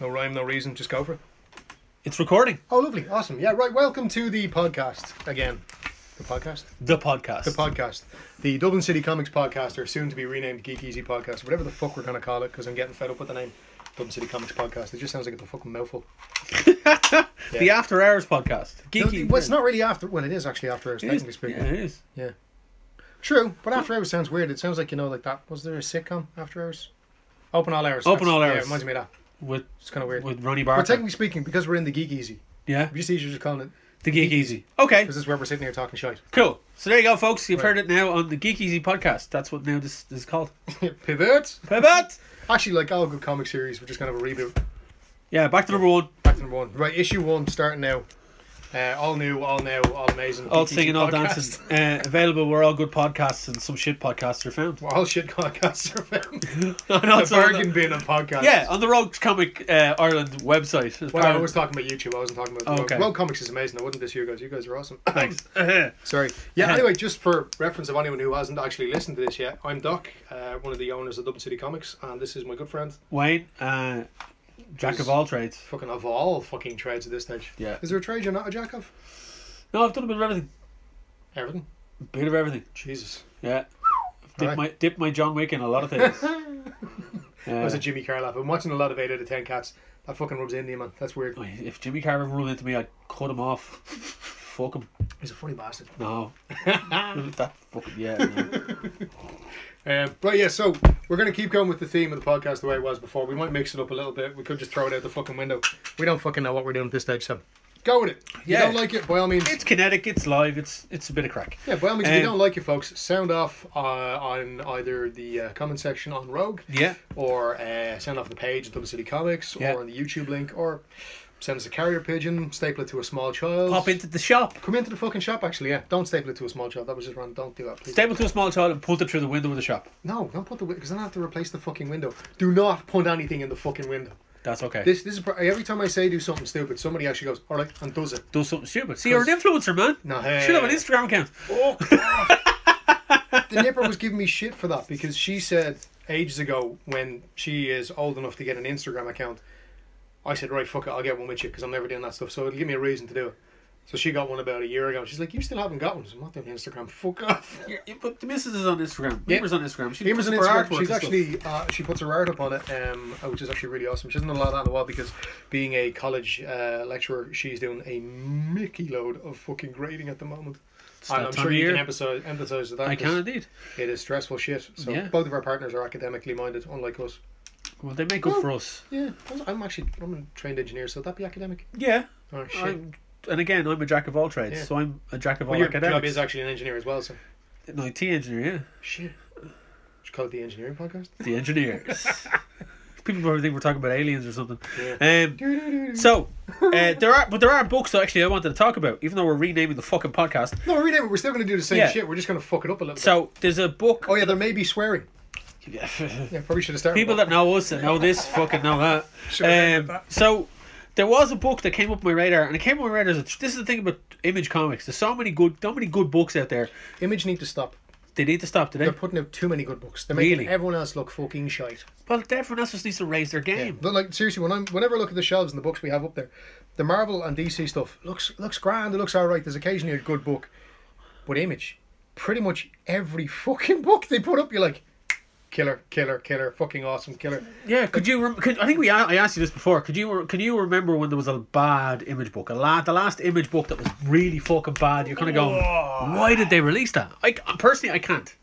no reason, just go for it. It's recording Oh, lovely, awesome. Yeah, right. Welcome to the podcast again. The podcast, the podcast. the podcast, the Dublin City Comics podcast, or soon to be renamed Geek Easy Podcast, whatever the fuck we're gonna call it, because I'm getting fed up with the name Dublin City Comics Podcast. It just sounds like it's a fucking mouthful. The After Hours podcast. Geeky. Well, it's not really after. Well, it is actually after hours, It is. technically speaking. Yeah, it is. True, but after hours sounds weird. It sounds like you know, like that. Was there a sitcom after hours? Open all hours. Open that's- All yeah, Hours. it reminds me of that. With It's kind of weird. with Ronnie But Barker. technically speaking, because we're in the Geek Easy, yeah. you see, you're just calling it The Geek Easy. Okay. because this is where we're sitting here talking shite. Cool. So there you go, folks. You've Right. heard it now on the Geek Easy podcast. That's what now this, this is called. Pivot. Pivot. Actually, like all good comic series, we're just gonna have a reboot. Yeah. Back to number one. Back to number one. Right, issue one starting now. Uh, all new, all now, all amazing. All Geek singing, Easy all podcast. dancing. Uh, available where all good podcasts and some shit podcasts are found. Well, all shit podcasts are found. And the also on the- bargain bin of podcasts. yeah, on the Rogue Comic uh, Ireland website. Well, I was talking about YouTube. I wasn't talking about the Okay. World Comics is amazing. I wouldn't diss you guys. You guys are awesome. Thanks. Uh-huh. Sorry. Yeah, Uh-huh. anyway, just for reference of anyone who hasn't actually listened to this yet, I'm Doc, uh, one of the owners of Dublin City Comics, and this is my good friend, Wayne, uh, jack of all trades. fucking of all fucking trades at this stage. Yeah. Is there a trade you're not a jack of? No, I've done a bit of everything. Everything. A bit of everything. Jesus. Yeah. Dip Alright. my dip my John Wick in a lot of things. That Uh, was a Jimmy Carr laugh. I'm watching a lot of 8 out of 10 cats. That fucking rubs into you, man. That's weird. if Jimmy Carr ever run into me, I'd cut him off. Fuck him. He's a funny bastard. No. that fucking yeah. no. Um, right, yeah, so we're going to keep going with the theme of the podcast the way it was before. We might mix it up a little bit. We could just throw it out the fucking window. We don't fucking know what we're doing at this stage, so go with it. Yeah. You don't like it, by all means. It's kinetic. It's live. It's it's a bit of crack. Yeah, by all means, if you Um, don't like it, folks, sound off uh, on either the uh, comment section on Rogue Yeah. or uh, sound off the page at Dublin City Comics Yeah. or on the YouTube link or send us a carrier pigeon, staple it to a small child. Pop into the shop. Come into the fucking shop, actually, yeah. Don't staple it to a small child. That was just wrong. Don't do that, please. Staple to a small child and pulled it through the window of the shop. no, don't put the because then I have to replace the fucking window. Do not put anything in the fucking window. That's okay. This this is pro- every time I say do something stupid, somebody actually goes all right and does it. Do something stupid. See, you're an influencer, man. No, hey. Should have an Instagram account. the nipper was giving me shit for that because she said ages ago when she is old enough to get an Instagram account, I said, right, fuck it, I'll get one with you because I'm never doing that stuff. So it'll give me a reason to do it. So she got one about a year ago. She's like, you still haven't got one. I said, I'm not doing Instagram. Fuck off. Yeah, but the missus is on Instagram. Yeah. Emer's on Instagram. She Emer's puts on up her Instagram. She's artwork and stuff. actually uh, she puts her art up on it, um, uh, which is actually really awesome. She doesn't allow that in a while because being a college uh, lecturer, she's doing a mickey load of fucking grading at the moment. It's And that I'm time sure of you year. can emphasize emphasize with that. I 'cause- can indeed. It is stressful shit. So Yeah. both of our partners are academically minded, unlike us. Well, they make up Well, for us. Yeah, I'm actually I'm a trained engineer, so that'd be academic. Yeah. Oh shit. I'm, and again, I'm a jack of all trades, Yeah. so I'm a jack of all well, your job academics. is actually an engineer as well, so No, IT engineer, shit. Should call it the engineering podcast. yeah. The engineer. People probably think we're talking about aliens or something. Um, Yeah. so uh, there are, but there are books that actually I wanted to talk about, even though we're renaming the fucking podcast. No, rename it. We're still going to do the same Yeah. shit. We're just going to fuck it up a little So there's a book. bit. Oh yeah, there may be swearing. Oh, Yeah, probably should have started. People with that know us and know this fucking know that. Should have ended Um, so there was a book that came up my radar, and it came up my radar. As a, this is the thing about Image Comics. There's so many good, so many good books out there. that. Image need to stop. They need to stop today. They're putting out too many good books. They're making Really? everyone else look fucking shite. Well, everyone else just needs to raise their game. But like seriously, when I'm whenever I look at the shelves and the books we have up there, the Marvel and DC stuff looks looks grand. It looks all right. There's occasionally a good book, but Image, pretty much every fucking book they put up, you're like, killer, killer, killer, fucking awesome, killer. Yeah, could you? Rem- could, I think we. a- I asked you this before. Could you? Can you remember when there was a bad image book? A la, the last image book that was really fucking bad. You're kind of going, why did they release that? I personally, I can't.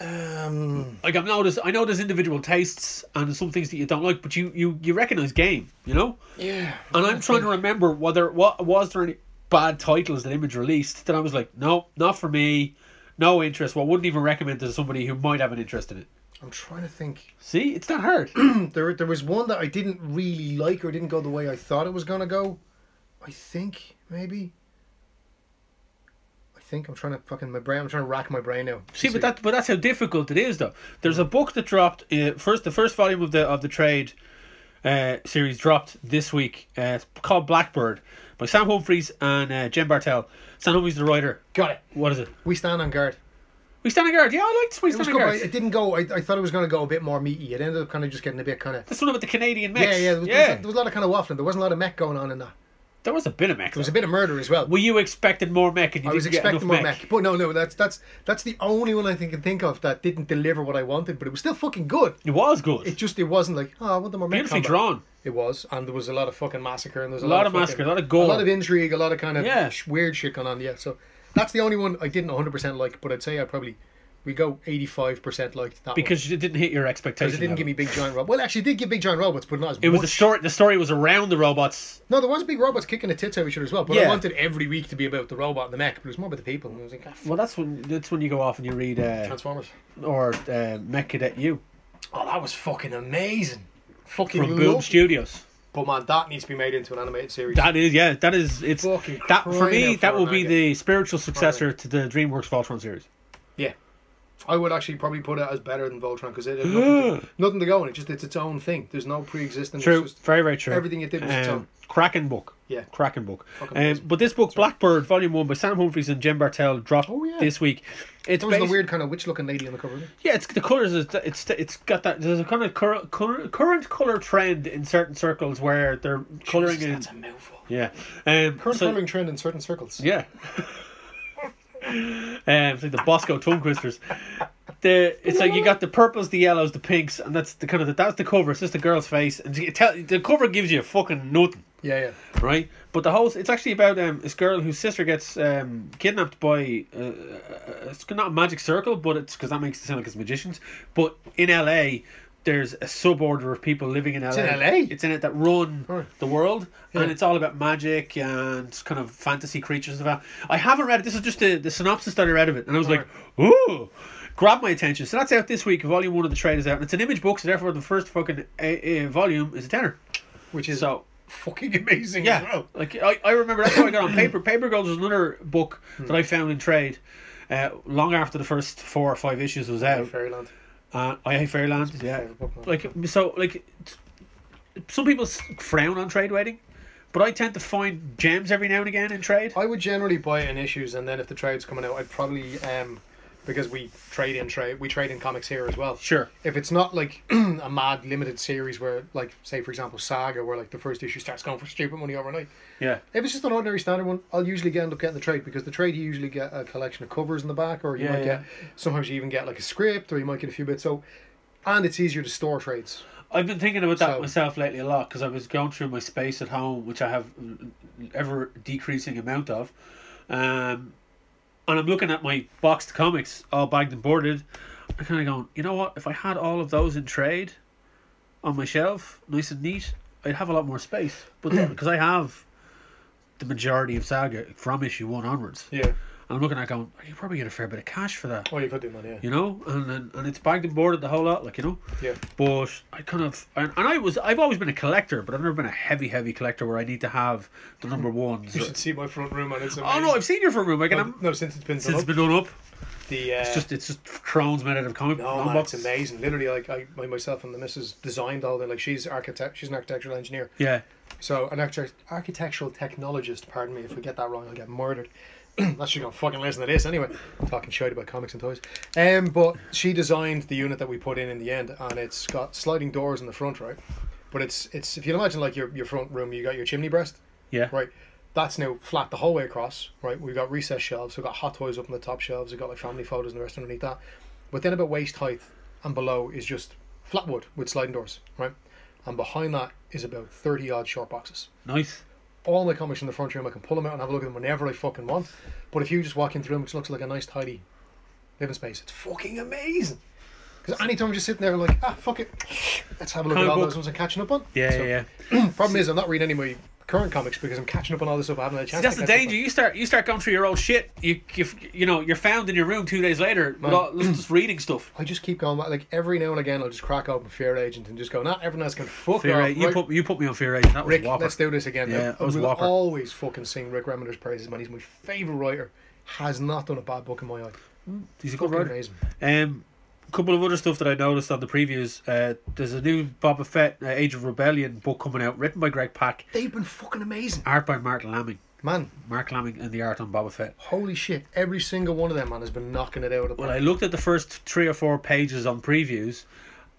Um, Like I've noticed, I know there's individual tastes and some things that you don't like, but you you you recognize game, you know. yeah. And I'm trying to remember whether what was there any bad titles that Image released that I was like, no, not for me, no interest. Well, wouldn't even recommend to somebody who might have an interest in it. I'm trying to think. See, it's not hard. There, there was one that I didn't really like or didn't go the way I thought it was gonna go. I think maybe. I think I'm trying to fucking my brain. I'm trying to rack my brain now. See, but that but that's how difficult it is, though. There's a book that dropped uh, first. The first volume of the of the trade uh, series dropped this week. Uh, it's called Blackbird by Sam Humphries and uh, Jen Bartel. Sam Humphries, the writer. got it. What is it? We stand on guard. We stand a guard. Yeah, I liked we It was stand a good, but guard. it didn't go. I, I thought it was going to go a bit more meaty. It ended up kind of just getting a bit kind of. That's the one with the Canadian mix. Yeah, yeah. There was, yeah. There, was, there was a lot of kind of waffling. There wasn't a lot of mech going on in that. There was a bit of mech. There was a bit of murder as well. Were you expecting more mech? And you I was didn't get expecting more enough mech. but no, no. That's that's that's the only one I think can think of that didn't deliver what I wanted. But it was still fucking good. It was good. It just it wasn't like oh, I want the more mech. Beautifully combat." drawn. It was, and there was a lot of fucking massacre, and there was a, lot of fucking- massacre, a lot of gore. a lot of intrigue, a lot of kind of Yeah. sh- weird shit going on. Yeah, so that's the only one I didn't 100 percent like, but I'd say I probably we go 85 percent liked that one. Because it didn't hit your expectations. Because it didn't give me big giant robots. Well, actually, it did give big giant robots, but not as It was much. the story. The story was around the robots. No, there was big robots kicking the tits out of each other as well. But Yeah. I wanted every week to be about the robot and the mech, but it was more about the people. And I was like, ah, f- Well, that's when that's when you go off and you read uh, Transformers. or uh, Mech Cadet U Oh, that was fucking amazing. Fucking from Boom love- Studios. But man, that needs to be made into an animated series. That is, yeah, that is. It's Fucking that for crying me. out That for will it, be man. the spiritual successor to the DreamWorks Voltron series. Yeah. I would actually probably put it as better than Voltron because it had nothing to, nothing to go on. It just it's its own thing. There's no pre-existence. True, It's just, very, very true. everything it did was its um, own. cracking book. Yeah. cracking book. Fucking Um, amazing. but this book, Blackbird, Volume One, by Sam Humphries and Jim Bartel, dropped Oh, yeah. this week. It's That was the basi- weird kind of witch-looking lady on the cover. wasn't it? Yeah, it's the colors. Is, it's it's got that. There's a kind of cur- cur- current color trend in certain circles where they're coloring in. that's a mouthful. Yeah. Um, Current so- curling trend in certain circles. Yeah. um, it's like the Bosco tongue twisters. The it's like you got the purples, the yellows, the pinks, and that's the kind of the, that's the cover. It's just a girl's face, and you tell the cover gives you fucking nothing, Yeah, yeah. right? But the whole it's actually about um this girl whose sister gets um kidnapped by uh, uh, it's not a magic circle, but it's because that makes it sound like it's magicians. But in L.A. There's a sub order of people living in LA. in LA? It's in it that run Right. the world, and Yeah. it's all about magic and kind of fantasy creatures and stuff. I haven't read it. This is just the, the synopsis that I read of it, and I was like, "Ooh, grab my attention!" So that's out this week. Volume one of the trade is out, and it's an image book, so therefore the first fucking uh, uh, volume is a tenner. Which is So fucking amazing as yeah, well. like I, I remember that's what I got on paper. Paper Girls was another book Hmm. that I found in trade. Uh, long after the first four or five issues was out, Fairyland. uh, I hate Fairyland. Yeah, favourite book, man. like so, like t- some people s- frown on trade writing, but I tend to find gems every now and again in trade. I would generally buy it in issues, and then if the trade's coming out, I'd probably um because we trade in trade we trade in comics here as well. Sure. if it's not like a mad limited series where like say for example saga where like the first issue starts going for stupid money overnight Yeah. if it's just an ordinary standard one i'll usually get, end up getting the trade because the trade you usually get a collection of covers in the back or you Yeah, might yeah. get sometimes you even get like a script or you might get a few bits so and it's easier to store trades I've been thinking about that So- myself lately a lot because I was going through my space at home, which I have mm, ever decreasing amount of, um, and I'm looking at my boxed comics all bagged and boarded. I'm kind of going, you know what? If I had all of those in trade, on my shelf, nice and neat, I'd have a lot more space. But because I have the majority of Saga from issue one onwards, yeah and I'm looking at it going, you probably get a fair bit of cash for that, oh you could do man yeah you know, and and, and it's bagged and boarded the whole lot, like you know. yeah But I kind of and, and I was I've always been a collector, but I've never been a heavy heavy collector where I need to have the number ones. you should see my front room and it's amazing. oh no, I've seen your front room. I can no, have, no, since it's been since since it's been done up. the uh, It's just it's just crowns made out of comic No, long man, it's boxes. amazing. Literally, like I, I myself and the missus designed all the like she's architect, she's an architectural engineer, Yeah, So an architect, architectural technologist, pardon me if we get that wrong, I'll get murdered. That's you gonna fucking listen to this anyway. Talking shit about comics and toys. Um, but she designed the unit that we put in in the end, and it's got sliding doors in the front, right? But it's it's if you imagine like your, your front room, you got your chimney breast, yeah. right? That's now flat the whole way across, right? We've got recessed shelves, we've got hot toys up on the top shelves, we've got like family photos and the rest underneath that. But then about waist height and below is just flat wood with sliding doors, right? And behind that is about thirty odd short boxes Nice. all my comics in the front room. I can pull them out and have a look at them whenever I fucking want. But if you just walk in through them, it looks like a nice tidy living space. It's fucking amazing. Because anytime I'm just sitting there like, ah, fuck it, let's have a look Comic at all book. those ones I'm catching up on. Yeah, So, yeah, yeah. Problem is, I'm not reading any of my current comics because I'm catching up on all this stuff I haven't had a See, chance. that's to the catch up danger. on. You start you start going through your old shit. You you you know you're found in your room two days later, with Man. all- just reading stuff. I just keep going back. Like every now and again, I'll just crack open Fear Agent and just go, nah, everyone else can fuck Fear off. Agent- you right? put you put me on Fear Agent. That was Rick, Whopper. let's do this again. Yeah, I- that was I will Whopper. always fucking sing Rick Remender's praises, man. He's my favourite writer. Has not done a bad book in my eye. He's a good Fucking writer. amazing. Um, a couple of other stuff that I noticed on the previews. Uh, there's a new Boba Fett uh, Age of Rebellion book coming out, written by Greg Pak, They've been fucking amazing. art by Martin Lamming. Man, Mark Lamming and the art on Boba Fett. holy shit! Every single one of them, man, has been knocking it out. Of the Well, park. I looked at the first three or four pages on previews,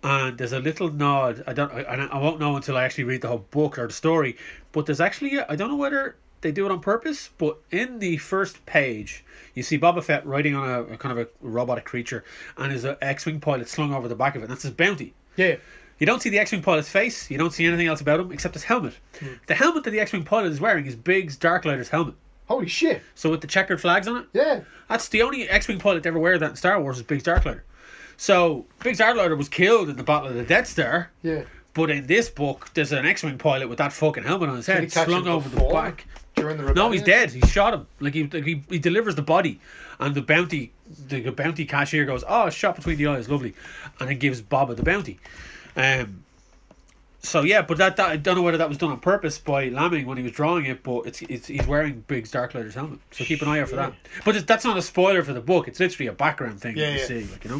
and there's a little nod. I don't, I, and I won't know until I actually read the whole book or the story. But there's actually, I I don't know whether they do it on purpose, but in the first page, you see Boba Fett riding on a, a kind of a robotic creature, and there's an X-wing pilot slung over the back of it. And that's his bounty. yeah, You don't see the X-wing pilot's face. You don't see anything else about him except his helmet. Hmm. The helmet that the X-wing pilot is wearing is Biggs Darklighter's helmet. holy shit! So with the checkered flags on it. Yeah, That's the only X-wing pilot to ever wear that in Star Wars is Big Darklighter. So Big Darklighter was killed in the Battle of the Death Star, yeah. but in this book, there's an X-wing pilot with that fucking helmet on his he head, catch slung him over the before? back. During the No, he's rebellion? dead. He shot him. Like he, like he, he delivers the body, and the bounty, the bounty cashier goes, "Oh, shot between the eyes, lovely," and then gives Boba the bounty. Um. So yeah, but that, that I don't know whether that was done on purpose by Lamming when he was drawing it, but it's it's he's wearing Biggs Darklighter's helmet, so keep an eye out for that. But it's, that's not a spoiler for the book; it's literally a background thing Yeah, that you yeah. see, like you know.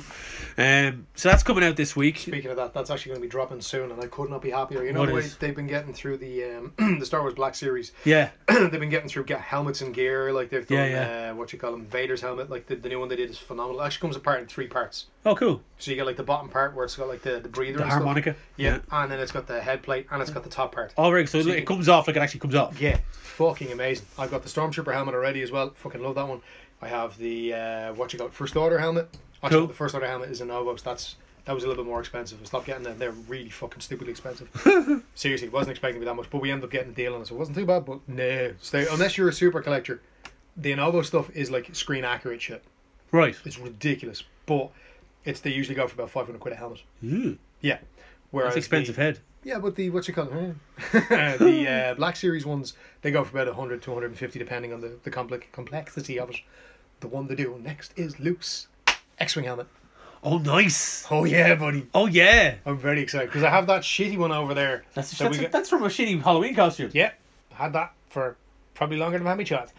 Um. So that's coming out this week. Speaking of that, that's actually going to be dropping soon, and I could not be happier. You know What the way is? they've been getting through the um, the Star Wars Black Series. Yeah. they've been getting through get helmets and gear. Like they've Yeah, done Uh, what you call them, Vader's helmet. Like the, the new one they did is phenomenal. It actually comes apart in three parts. Oh, cool. So you get like the bottom part where it's got like the, the breather The and harmonica. stuff. Yeah. and then it's got the head plate and it's got the top part. All right. So So you it can- comes off like it actually comes off. Yeah, fucking amazing. I've got the Stormtrooper helmet already as well. Fucking love that one. I have the uh, what you call it, First Order helmet. Actually, Cool. the First Order helmet is a Novos. That's that was a little bit more expensive. I stopped getting them. They're really fucking stupidly expensive. Seriously, wasn't expecting to be that much, but we ended up getting a deal on it, so it wasn't too bad. But no, stay unless you're a super collector. The Lenovo stuff is like screen accurate shit. Right. It's ridiculous, but it's they usually go for about five hundred quid a helmet. Ooh, Yeah, whereas that's the- expensive head. yeah, but the what you call it, the uh, Black Series ones, they go for about 100 to 150 depending on the, the complex complexity of it. The one they do next is Luke's X-wing helmet. Oh, nice. Oh yeah, buddy! Oh yeah, I'm very excited because I have that shitty one over there. that's that that's, we got- that's from a shitty Halloween costume. yeah, had that for probably longer than I've had my child.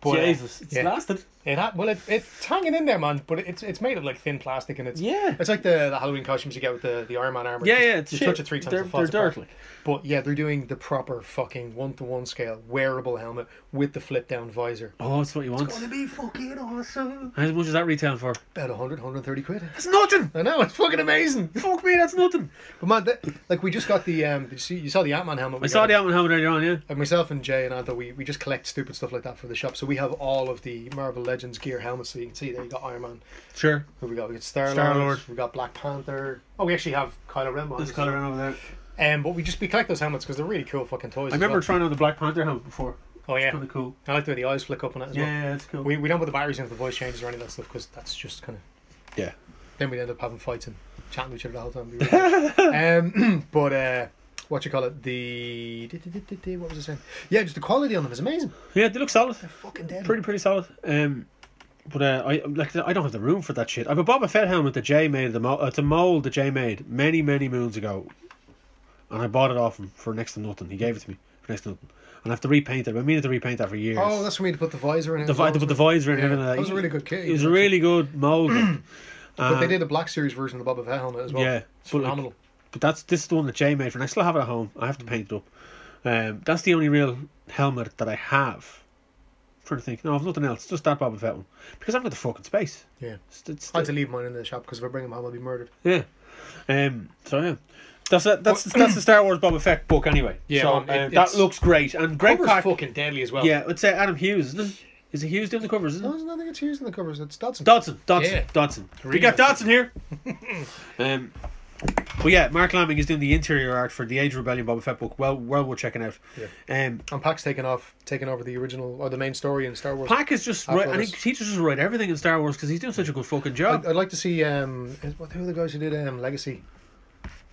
But, uh, Jesus, it's yeah. lasted. It ha- well, it, it's hanging in there, man. But it's it's made of like thin plastic, and it's Yeah. it's like the, the Halloween costumes you get with the, the Iron Man armor. Yeah, Just- yeah, it's you shit. touch it three times. They're- it falls they're apart. dirt, like. But yeah, they're doing the proper fucking one to one scale wearable helmet with the flip down visor. Oh, that's what you want. It's gonna be fucking awesome. How much is that retailing for? About 100, 130 quid. That's nothing. I know it's fucking amazing. Fuck me, that's nothing. But man, that, like we just got the um, did you see you saw the Ant Man helmet? I saw the Almond helmet earlier on. Yeah. And myself and Jay and Anta, we, we just collect stupid stuff like that for the shop. So we have all of the Marvel Legends gear helmets. So you can see there, you got Iron Man, Sure. Who we got? We got Star Lord. Star-Lord. We got Black Panther. Oh, we actually have Kylo Ren ones. Let's colour in over there. Um, but we just we collect those helmets because they're really cool fucking toys. I as remember well. trying on the Black Panther helmet before. Oh It's yeah, kind of cool. I like the way the eyes flick up on it as Yeah, well. yeah, it's cool. We, we don't put the batteries into the voice changes or any of that stuff because that's just kind of yeah. then we end up having fights and chatting to each other the whole time. It'd be really good. um, but uh, what you call it? The what was I saying? Yeah, just the quality on them is amazing. Yeah, they look solid. Fucking dead. Pretty, pretty solid. Um. But uh, I like I don't have the room for that shit. I have a Boba Fett helmet that Jay made. The mo- uh, it's a mold that Jay made many many moons ago, and I bought it off him for next to nothing. He gave it to me for next to nothing, and I have to repaint it. I've been meaning to repaint that for years. Oh, that's for me to put the visor in. it the as vi- well, the, the wasn't voids were in Yeah, everything. that was a really good kit, It was a actually. really good mold. it? But they did a Black Series version of the Boba Fett helmet as well. Yeah, it's but like- phenomenal. But that's this is the one that Jay made for, and I still have it at home. I have to paint it up. Um, that's the only real helmet that I have. I'm trying to think. No, I've nothing else. Just that Boba Fett one because I've got the fucking space. Yeah. It's, it's, I had to leave mine in the shop because if I bring them home, I'll be murdered. yeah. Um. So yeah. That's that, that's that's the Star Wars Boba Fett book anyway. Yeah, man, so, it- um, that it's- looks great and great Cover's pack. fucking deadly as well. Yeah, it's uh, Adam Hughes, isn't it? Is it Hughes doing the covers? Isn't it? No, there's nothing it's used in the covers. It's Dodson. Dodson, Dodson, Yeah. Dodson. Really we got good. Dodson here. um, but yeah, Mark Lamming is doing the interior art for the Age of Rebellion Boba Fett book. Well, well, worth checking out. Um, and Pack's taken off, taking over the original or the main story in Star Wars. Pack is just I've right, got and he, this. he just write everything in Star Wars because he's doing such a good fucking I'd, job. I'd like to see um, is- what who are the guys who did um, Legacy,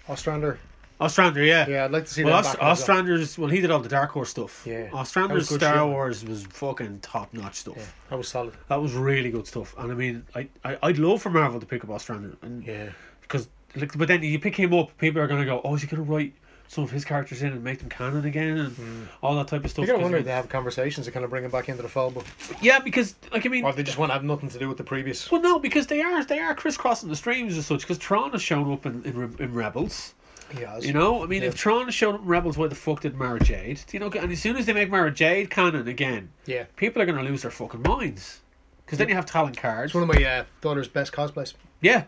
Ostrander. Ostrander, yeah. Yeah, I'd like to see. Well, them back Ost- as well. Ostrander's well, he did all the Dark Horse stuff. Yeah. That was Ostrander's good Star shit, man. Wars was fucking top notch stuff. that was solid. That was really good stuff, and I mean, I, I I'd love for Marvel to pick up Ostrander, and Yeah, because like, but then you pick him up, people are gonna go, oh, is he gonna write some of his characters in and make them canon again and all that type of Hmm. you stuff. gotta 'Cause, wonder I if they have conversations to kind of bring him back into the fold, but mean- yeah, because like I mean, or if they just want to have nothing to do with the previous. well, no, because they are they are crisscrossing the streams as such. Because Tron has shown up in in, Re- in Rebels. He has. You know, I mean, if Yeah. Tron showed up in Rebels, why the fuck did Mara Jade? Do you know? And as soon as they make Mara Jade canon again, Yeah. people are going to lose their fucking minds. Because then you have Talon cards. It's one of my uh, daughter's best cosplays. yeah,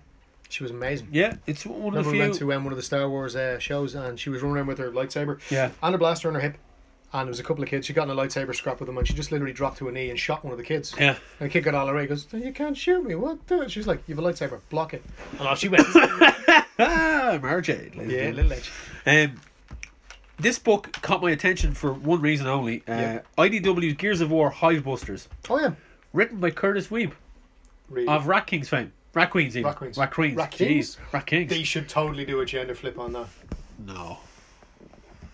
She was amazing. yeah, it's one of Remember the we few. went to um, one of the Star Wars uh, shows and she was running around with her lightsaber Yeah, and a blaster on her hip. And there was a couple of kids. She got in a lightsaber scrap with them and she just literally dropped to a knee and shot one of the kids. yeah. And the kid got all away. He goes, "You can't shoot me. What? the-" She's like, "You have a lightsaber. Block it." And off she went. Ah, Mara Jade. ladies and yeah, gentlemen. little edge. Um, this book caught my attention for one reason only. Uh, Yeah. IDW's Gears of War Hivebusters, Oh yeah. written by Curtis Weeb Really. of Rat Kings fame. Rat Queens, even. Rat Queens. Rat Queens. Rat Kings? Jeez. Rat Kings. they should totally do a gender flip on that. no.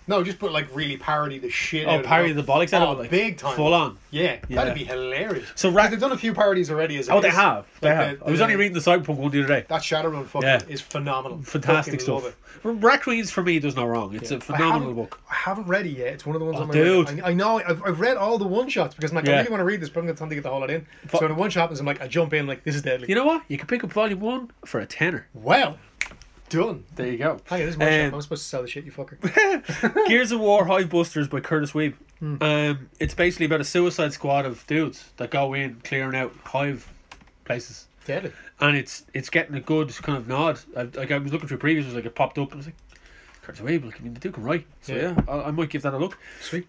No, just put like really parody the shit. out Oh, of parody it. the bollocks out Oh, of it. like, big time. Full on. Yeah, Yeah. that'd be hilarious. So Like, Rat. they've done a few parodies already. As it Oh, they is. have. They Like, have. the- I was the- only reading the Cyberpunk one the other day. That Shadowrun fucking Yeah. is phenomenal. Fantastic Fucking love stuff. it. Rat Queens for me does no wrong. It's Yeah. a I haven't- phenomenal book. I haven't read it yet. It's one of the ones Oh, on my radar. dude. I, I know. I've, I've read all the one shots because I'm like, I Yeah. really want to read this, but I'm going to time to get the whole lot in. Fu- so when the one shot happens, I'm like, I jump in, like, this is deadly. You know what? You can pick up volume one for a tenner. Well, done. There you go. Hey, this is my Um, shop. I'm supposed to sell the shit, you fucker. Gears of War Hive Busters by Curtis Weeb. Hmm. Um, it's basically about a suicide squad of dudes that go in clearing out hive places, Deadly. and it's it's getting a good kind of nod. I, like I was looking through previews, like it popped up, and I was like, Curtis Weeb. Like, I mean, the dude can write, so yeah, Yeah. I, I might give that a look. Sweet.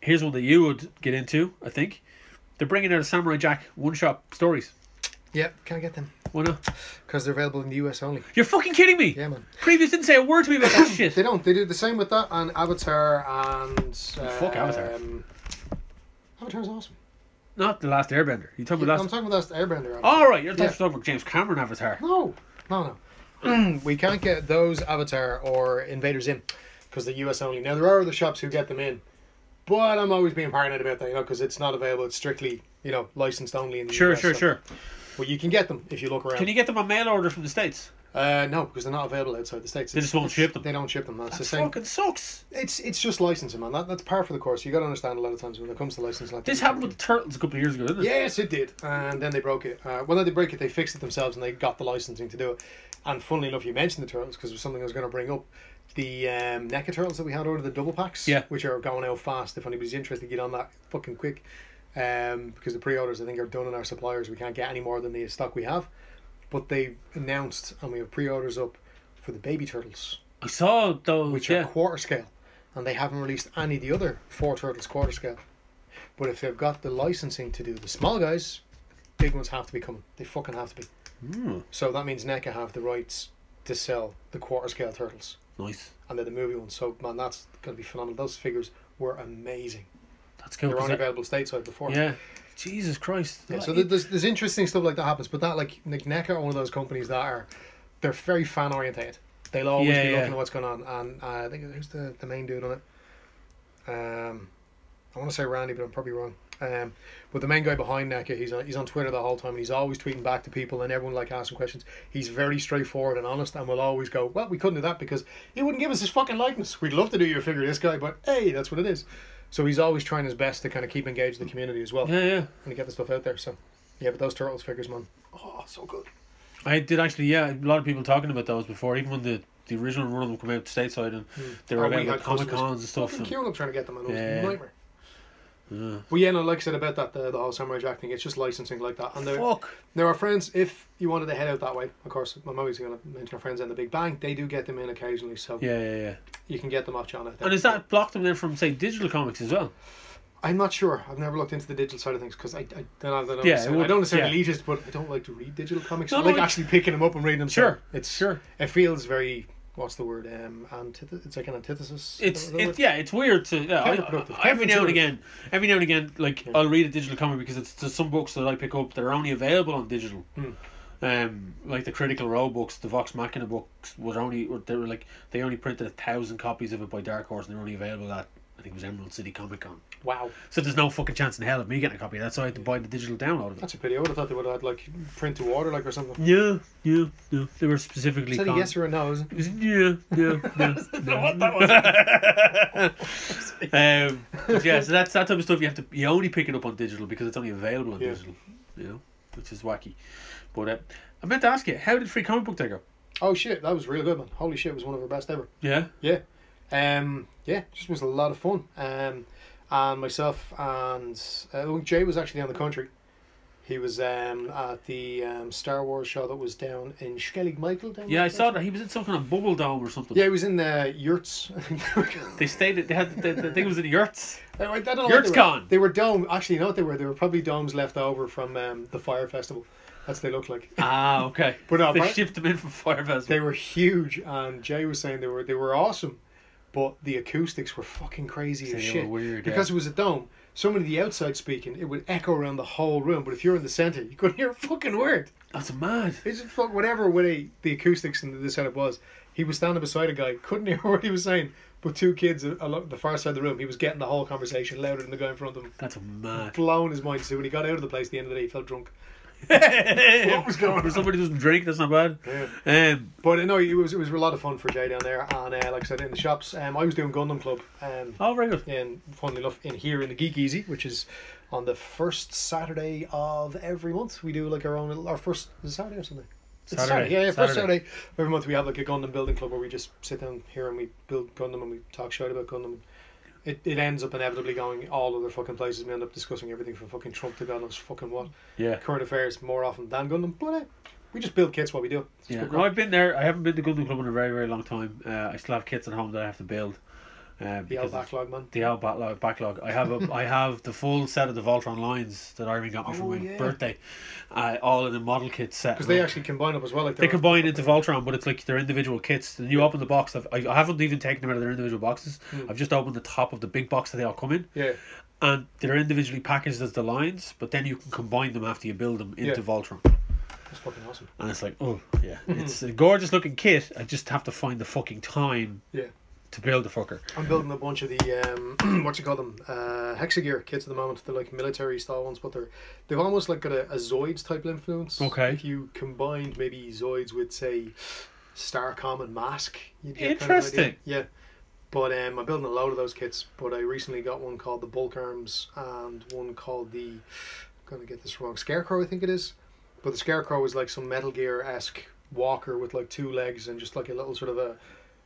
Here's one that you would get into, I think. They're bringing out a Samurai Jack one shot stories. Yeah, can't get them Why not? because they're available in the US only. You're fucking kidding me. Yeah, man. Previews didn't say a word to me about that shit. They don't. They do the same with that and Avatar and. Uh, Oh, Fuck Avatar. Um, Avatar's awesome. Not the last Airbender. You talking about I'm last? talking about that Airbender. Avatar. All right, you're Yeah. talking about James Cameron Avatar. No, no, no. we can't get those Avatar or Invaders in because they're US only. Now, there are other shops who get them in, but I'm always being paranoid about that, you know, because it's not available. It's strictly, you know, licensed only in the Sure, US. sure, so- sure. Well, you can get them if you look around. Can you get them on mail order from the states? Uh, no, because they're not available outside the States. They just won't ship them. They don't ship them. That's, That the same. fucking sucks. It's it's just licensing, man. That, that's par for the course. you got to understand a lot of times when it comes to licensing like This you can't happened with the turtles a couple of years ago, didn't it? Yes, it did. And then they broke it. Uh, well, then they break it. They fixed it themselves, and they got the licensing to do it. And funnily enough, you mentioned the turtles because it was something I was going to bring up. The um, NECA turtles that we had ordered, the double packs, Yeah. which are going out fast. If anybody's interested, get on that fucking quick, um, because the pre-orders I think are done on our suppliers. We can't get any more than the stock we have. But they announced, and we have pre-orders up for the baby turtles, I saw those. which yeah. are quarter scale, and they haven't released any of the other four turtles quarter scale. But if they've got the licensing to do the small guys, big ones have to be coming. They fucking have to be. Mm, So that means NECA have the rights to sell the quarter scale turtles, nice. and they're the movie ones. So man, that's gonna be phenomenal. Those figures were amazing. That's They cool. were 'cause only that- available stateside before. yeah. Jesus Christ. Yeah, Like, so there's there's interesting stuff like that happens, but that like Nick Necker are one of those companies that are they're very fan orientated. They'll always Yeah, be yeah. looking at what's going on, and uh, I think who's the, the main dude on it? Um, I want to say Randy, but I'm probably wrong. Um, but the main guy behind Necker, he's on he's on Twitter the whole time, and he's always tweeting back to people and everyone like asking questions. He's very straightforward and honest, and will always go, "Well, we couldn't do that because he wouldn't give us his fucking likeness. We'd love to do your figure, this guy, but hey, that's what it is." So he's always trying his best to kind of keep engaged the community as well yeah, yeah. and to get the stuff out there. So, yeah, but those turtles figures, man. Oh, so good. I did actually, yeah, a lot of people talking about those before, even when the, the original run of them came out stateside and they were Oh, we available had at Comic customers. Cons and stuff. Fucking And, queuing up trying to get them, man. It was Yeah. a nightmare. Yeah. Well, yeah, no, like I said about that, the, the whole Samurai Jack thing, it's just licensing like that. And there, Fuck. there are friends, if you wanted to head out that way, of course, I'm always going to mention our friends in the Big Bang, they do get them in occasionally, so Yeah, yeah, yeah. you can get them off John out there. And is that blocked them then from, say, digital comics as well? I'm not sure. I've never looked into the digital side of things because I, I don't have that. Yeah, understand- it would- I don't necessarily yeah. elitist, but I don't like to read digital comics. No, I no, like it's- actually picking them up and reading them. so Sure, it's sure. It feels very what's the word? Um, antith- It's like an antithesis. it's Is that the it, word? yeah, it's weird to yeah. I, Counterproductive. I- every now and Counterintuitive. again, every now and again, like Yeah. I'll read a digital comic because it's there's some books that I pick up that are only available on digital. Hmm. Um, like the Critical Role books, the Vox Machina books was only or they were like they only printed a thousand copies of it by Dark Horse and they're only available at I think it was Emerald City Comic Con. Wow. So there's no fucking chance in hell of me getting a copy of that, so I had to buy the digital download of it. That's a pity. I would have thought they would have had like print to order, like or something. Yeah, yeah, yeah. They were specifically Said a con- yes or a no. is it? It was- yeah, yeah, yeah. What that um, but yeah, so that's that type of stuff you have to you only pick it up on digital because it's only available on Yeah. digital, you know, which is wacky. But uh, I meant to ask you, how did Free Comic Book Day go? Oh shit, that was real good, man. Holy shit, it was one of our best ever. Yeah. Yeah. Um, yeah, just was a lot of fun. Um, and myself and uh, oh, Jay was actually on the country. He was um, at the um, Star Wars show that was down in Skellig Michael. Down Yeah, there. I saw that he was in some kind of bubble dome or something. Yeah, he was in the yurts. I think they were called. They stayed. at- They had. The, the thing was in the yurts. I I don't know what Yurts they were. gone. They were dome. Actually, you know what they were? They were probably domes left over from um, the fire festival. That's what they look like. Ah, okay. But no, they right? shipped them in from Firefest. They were huge, and Jay was saying they were they were awesome, but the acoustics were fucking crazy They as were shit. weird, yeah. because it was a dome. Somebody the outside speaking, it would echo around the whole room. But if you're in the center, you couldn't hear a fucking word. That's mad. It's just fuck whatever way the acoustics in the setup was. He was standing beside a guy, couldn't hear what he was saying. But two kids a- along the far side of the room, he was getting the whole conversation louder than the guy in front of him. That's mad. Blown his mind. So when he got out of the place at the end of the day, he felt drunk. what was going For on? somebody who doesn't drink, that's not bad. Um, But uh, no, it was it was a lot of fun for Jay down there, and uh, like I said, in the shops, um, I was doing Gundam Club, um, oh, very good. and funnily enough, in here in the Geek Easy, which is on the first Saturday of every month, we do like our own our first is it Saturday or something. It's Saturday, Saturday. Yeah, yeah, first Saturday. Saturday every month we have like a Gundam building club where we just sit down here and we build Gundam and we talk shit about Gundam. It, it ends up inevitably going all other fucking places. We end up discussing everything from fucking Trump to God knows fucking what. Yeah. Current affairs more often than Gundam, but uh, we just build kits while we do. It's Yeah. good No, I've been there. I haven't been to Gundam Club in a very, very long time. Uh, I still have kits at home that I have to build. Uh, The because old of- backlog, man. The old backlog. backlog. I have a, I have the full set of the Voltron lines that Irving got me for Oh, my yeah. birthday, uh, all in a model kit set. Because they actually combine up as well. Like they they're- combine into Voltron, but it's like they're individual kits. And you open the box. I've, I haven't even taken them out of their individual boxes. Hmm. I've just opened the top of the big box that they all come in, Yeah, and they're individually packaged as the lines. But then you can combine them after you build them into Yeah. Voltron, that's fucking awesome. and it's like, oh yeah, Mm-hmm. it's a gorgeous looking kit. I just have to find the fucking time Yeah. to build the fucker. I'm building a bunch of the um, what you call them uh, hexagear kits at the moment. They're like military style ones, but they're they've almost like got a, a Zoids type influence. Okay. If you combined maybe Zoids with say Starcom and Mask, you'd get kind of an idea. Interesting. yeah. But um, I'm building a load of those kits. But I recently got one called the Bulk Arms and one called the I'm gonna get this wrong Scarecrow I think it is. But the Scarecrow is like some Metal Gear esque walker with like two legs and just like a little sort of a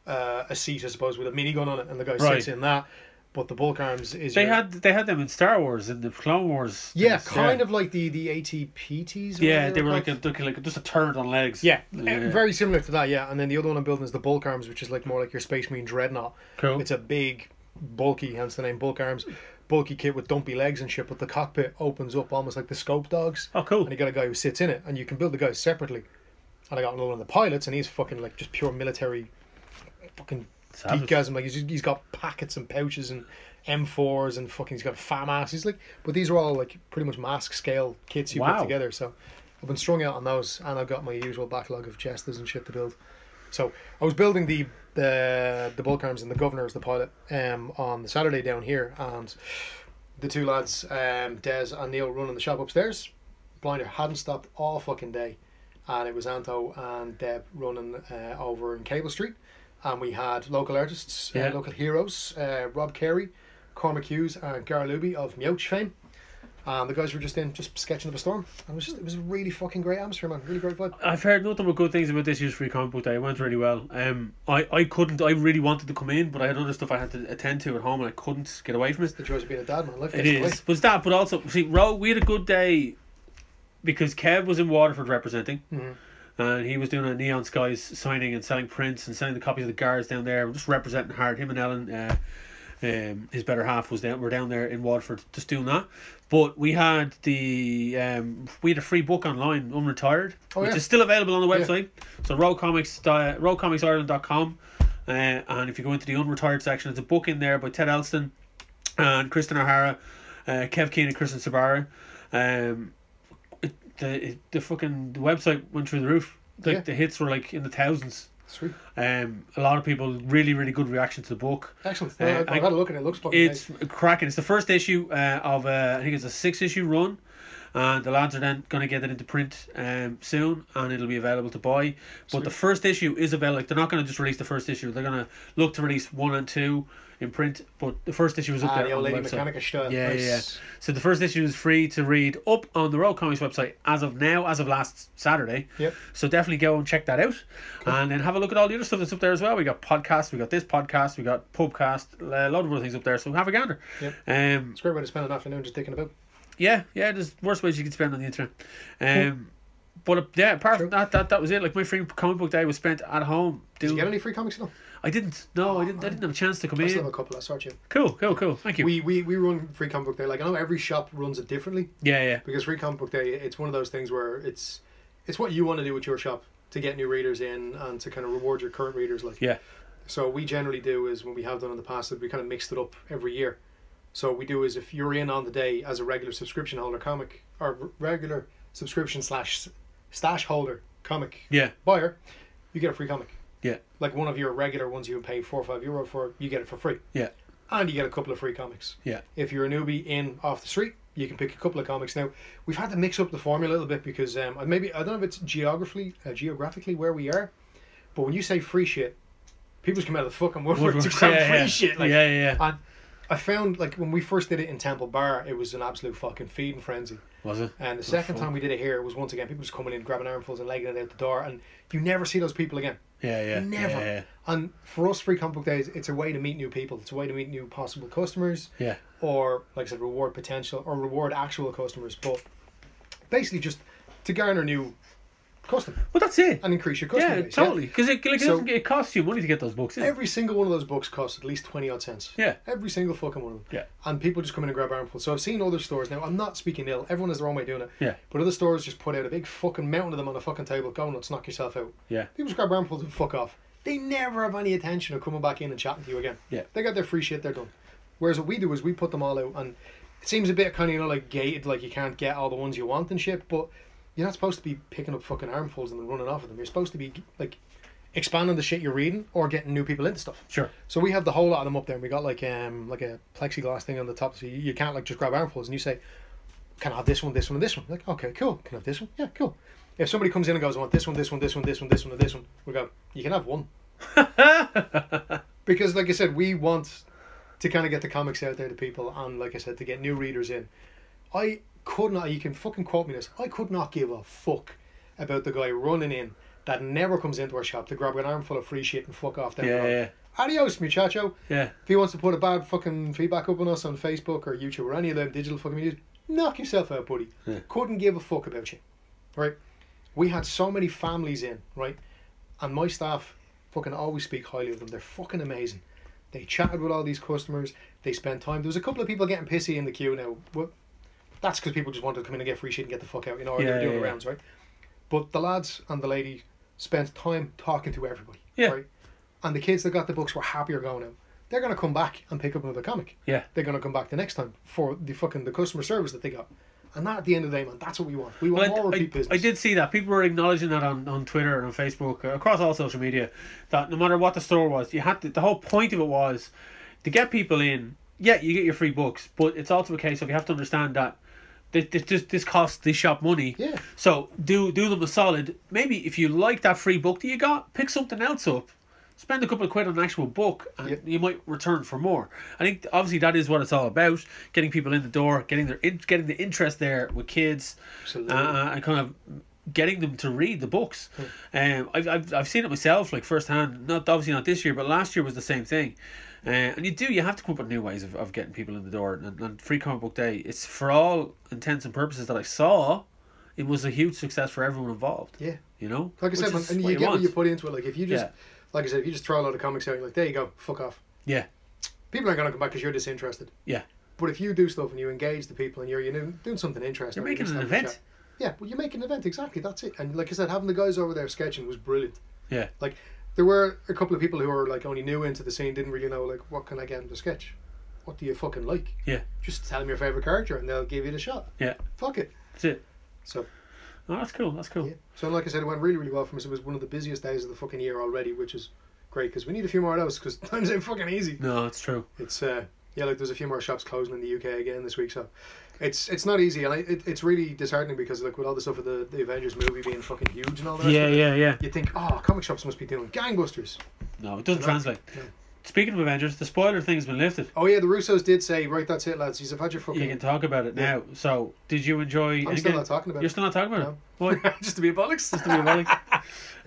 uh, a seat I suppose with a minigun on it, and the guy Right. sits in that. But the Bulk Arms is They your- had they had them in Star Wars in the Clone Wars. yeah, things, kind of like the the ATPTs. or Yeah, whatever they were they're like a, called. like a- just a turret on legs. Yeah, Yeah. very similar to that. Yeah, and then the other one I'm building is the Bulk Arms, which is like more like your Space Marine Dreadnought. cool. It's a big, bulky, hence the name Bulk Arms, bulky kit with dumpy legs and shit. But the cockpit opens up almost like the scope dogs, oh, cool. and you got a guy who sits in it, and you can build the guys separately. And I got another one of the pilots, and he's fucking like just pure military, fucking Savage. geekasm. Like he's, he's got packets and pouches and M4s and fucking he's got FAMAS. He's like, but these are all like pretty much mask scale kits you Wow. put together. So I've been strung out on those, and I've got my usual backlog of jesters and shit to build. So I was building the the the bulk arms and the governor as the pilot um, on the Saturday down here, and the two lads, um, Des and Neil, running the shop upstairs. Blinder hadn't stopped all fucking day, and it was Anto and Deb running uh, over in Cable Street, and we had local artists, Yeah. uh, local heroes, uh, Rob Carey, Cormac Hughes, and Gar Luby of Mioch fame. And the guys were just in, just sketching up a storm. And it was just, it was a really fucking great atmosphere, man. Really great vibe. I've heard nothing but good things about this year's free comic book day. It went really well. Um, I, I couldn't. I really wanted to come in, but I had other stuff I had to attend to at home, and I couldn't get away from it. The joys of being a dad, man. Life It gets in the way. is, but it's that. But also, see, Ro, we had a good day because Kev was in Waterford representing, Mhm. and Uh, he was doing a Neon Skies signing and selling prints and selling the copies of the guards down there, just representing hard. Him and Ellen, uh, um, his better half was down. Were down there in Waterford just doing that. But we had the um, we had a free book online, unretired, Oh, which yeah. is still available on the Yeah. website. So Row Comics, uh, rowcomicsireland.com. Uh, and if you go into the unretired section, there's a book in there by Ted Elston and Kristen O'Hara, uh, Kev Keane and Kristen Sabara. Um, it, the it, the fucking the website went through the roof. Like Yeah. the hits were like in the thousands. Sweet. Um, a lot of people really really good reaction to the book. Excellent. Uh, No, I, I- I got a look at it. It looks fucking It's cracking. It's the first issue uh, of uh, I think it's a six issue run, and the lads are then going to get it into print um, soon, and it'll be available to buy. But the first issue is available. Like, they're not going to just release the first issue. They're going to look to release one and two in print. But the first issue is up Ah, there the old on the lady website. mechanica style. Yeah, yeah, yeah. Nice. So the first issue is free to read up on the Road Comics website as of now, as of last Saturday. Yep. So definitely go and check that out, and then have a look at all the other stuff that's up there as well. We got podcasts, we got this podcast, we got pubcast, a lot of other things up there. So have a gander. Yep. Um. It's a great way to spend an afternoon just thinking about. Yeah. Yeah. There's worse ways you can spend on the internet. Um. But uh, yeah, apart from that, that that was it. Like my free comic book day was spent at home. Did you Doing, get any free comics at all? I didn't. No, I didn't. I didn't have a chance to come I still have in. a couple. I sort you. Cool. Cool. Cool. Thank you. We we we run free comic book day. Like I know every shop runs it differently yeah. Yeah. because free comic book day it's one of those things where it's it's what you want to do with your shop to get new readers in and to kind of reward your current readers. Like Yeah. So we generally do is when we have done in the past that we kind of mixed it up every year. So what we do is if you're in on the day as a regular subscription holder comic or r- regular subscription slash stash holder comic Yeah. buyer, you get a free comic. Yeah. Like one of your regular ones you would pay four or five euro for, you get it for free. Yeah. And you get a couple of free comics. Yeah. If you're a newbie in off the street, you can pick a couple of comics. Now we've had to mix up the formula a little bit because um, I- maybe I don't know if it's geographically uh, geographically where we are, but when you say free shit, people just come out of the fucking woodwork to Woodworks, grab yeah, free yeah. shit. Like, yeah. Yeah. Yeah. And I found like when we first did it in Temple Bar, it was an absolute fucking feeding frenzy. Was it? And the second fun. time we did it here, it was once again people just coming in, grabbing armfuls and legging it out the door, and you never see those people again. Yeah. Yeah. Never. Yeah. yeah. And for us, free comic book days, it's a way to meet new people. It's a way to meet new possible customers, Yeah. or like I said, reward potential or reward actual customers. But basically, just to garner new customers Well, that's it. and increase your customer Yeah, base. totally. Because it, like, it, So- doesn't- it costs you money to get those books in. Every single one of those books costs at least twenty odd cents. yeah, Every single fucking one of them. Yeah. And people just come in and grab armfuls. So I've seen other stores now. I'm not speaking ill. Everyone has their own way of doing it. Yeah. But other stores just put out a big fucking mountain of them on a fucking table. Go nuts, knock yourself out. yeah, People just grab armfuls and fuck off. They never have any intention of coming back in and chatting to you again. Yeah. They got their free shit. They're done. Whereas what we do is we put them all out, and it seems a bit kind of you know like gated, like you can't get all the ones you want and shit. But you're not supposed to be picking up fucking armfuls and then running off with them. You're supposed to be like expanding the shit you're reading or getting new people into stuff. sure. So we have the whole lot of them up there, and we got like um like a plexiglass thing on the top, so you, you can't like just grab armfuls. And you say, "Can I have this one, this one, and this one?" Like, okay, cool. Can I have this one? Yeah, cool. If somebody comes in and goes, "I want this one, this one, this one, this one, this one, and this one," we go, "You can have one," because like I said, we want to kind of get the comics out there to people, and like I said, to get new readers in. I could not. You can fucking quote me this. I could not give a fuck about the guy running in that never comes into our shop to grab an armful of free shit and fuck off. Down the Yeah, road. yeah, Adios, muchacho. yeah. If he wants to put a bad fucking feedback up on us on Facebook or YouTube or any of them digital fucking media, knock yourself out, buddy. Yeah. Couldn't give a fuck about you. Right? We had so many families in, right? And my staff fucking always speak highly of them. They're fucking amazing. They chatted with all these customers. They spent time. There was a couple of people getting pissy in the queue now. Well, that's because people just wanted to come in and get free shit and get the fuck out, you know, or they Yeah, were doing yeah, the yeah. rounds, right? But the lads and the lady spent time talking to everybody. Yeah. Right? And the kids that got the books were happier going out. They're gonna come back and pick up another comic. Yeah. They're gonna come back the next time for the fucking the customer service that they got. And that at the end of the day, man, that's what we want. We Well, want more I, I, repeat business. I did see that people were acknowledging that on, on Twitter and on Facebook uh, across all social media that no matter what the store was, you had to, the whole point of it was to get people in. Yeah, you get your free books, but it's also a case of you have to understand that this this, this, this costs this shop money. Yeah. So do do them a solid. Maybe if you like that free book that you got, pick something else up. Spend a couple of quid on an actual book, and Yeah. you might return for more. I think obviously that is what it's all about: getting people in the door, getting their in, getting the interest there with kids, Absolutely. Hmm. uh, and kind of getting them to read the books. Um, I've, I've I've seen it myself, like firsthand. Not obviously not this year, but last year was the same thing. Uh, and you do you have to come up with new ways of, of getting people in the door. And, and free comic book day, it's for all intents and purposes that I saw, it was a huge success for everyone involved. Yeah. You know, Like I said, Which man, is and what you get what want. you put into it. Like if you just Yeah. like I said, if you just throw a lot of comics out, you're like, there you go, fuck off. Yeah. People aren't gonna come back because you're disinterested. Yeah. But if you do stuff and you engage the people and you're you know, doing something interesting, You're or making just an having a event. chat. Yeah, well, you make an event exactly. That's it. And like I said, having the guys over there sketching was brilliant. Yeah. Like there were a couple of people who were like only new into the scene, didn't really know like what can I get them to sketch. What do you fucking like? Yeah. Just tell them your favorite character and they'll give you the shot. Yeah. Fuck it. That's it. So Oh, that's cool. That's cool. yeah. So like I said, it went really really well for us. It was one of the busiest days of the fucking year already, which is great because we need a few more of those because times ain't fucking easy. No, it's true. It's uh yeah, like there's a few more shops closing in the UK again this week, so It's it's not easy, and I, it, it's really disheartening because like with all the stuff with the, the Avengers movie being fucking huge and all that. Yeah, yeah, yeah. You think, oh, comic shops must be doing gangbusters. No, it doesn't No. translate. No. Speaking of Avengers, the spoiler thing's been lifted. Oh yeah, the Russos did say, right, that's it, lads. He's have had your fucking. You can talk about it now. So, did you enjoy? I'm still not talking about You're it. still not talking about it. Boy, Just to be a bollocks. to be willing.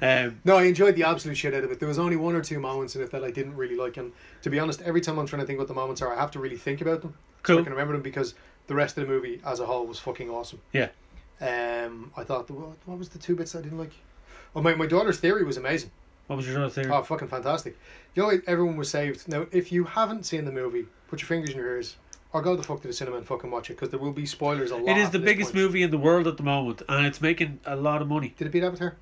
Um, No, I enjoyed the absolute shit out of it. There was only one or two moments in it that I didn't really like, and to be honest, every time I'm trying to think what the moments are, I have to really think about them so I cool. can remember them because the rest of the movie as a whole was fucking awesome. Yeah. Um, I thought the, what, what was the two bits I didn't like? Oh, my, my daughter's theory was amazing. What was your other theory? Oh, fucking fantastic! You know, everyone was saved. Now, if you haven't seen the movie, put your fingers in your ears, or go the fuck to the cinema and fucking watch it because there will be spoilers a lot. it is after the this biggest point. movie in the world at the moment, and it's making a lot of money. Did it beat Avatar?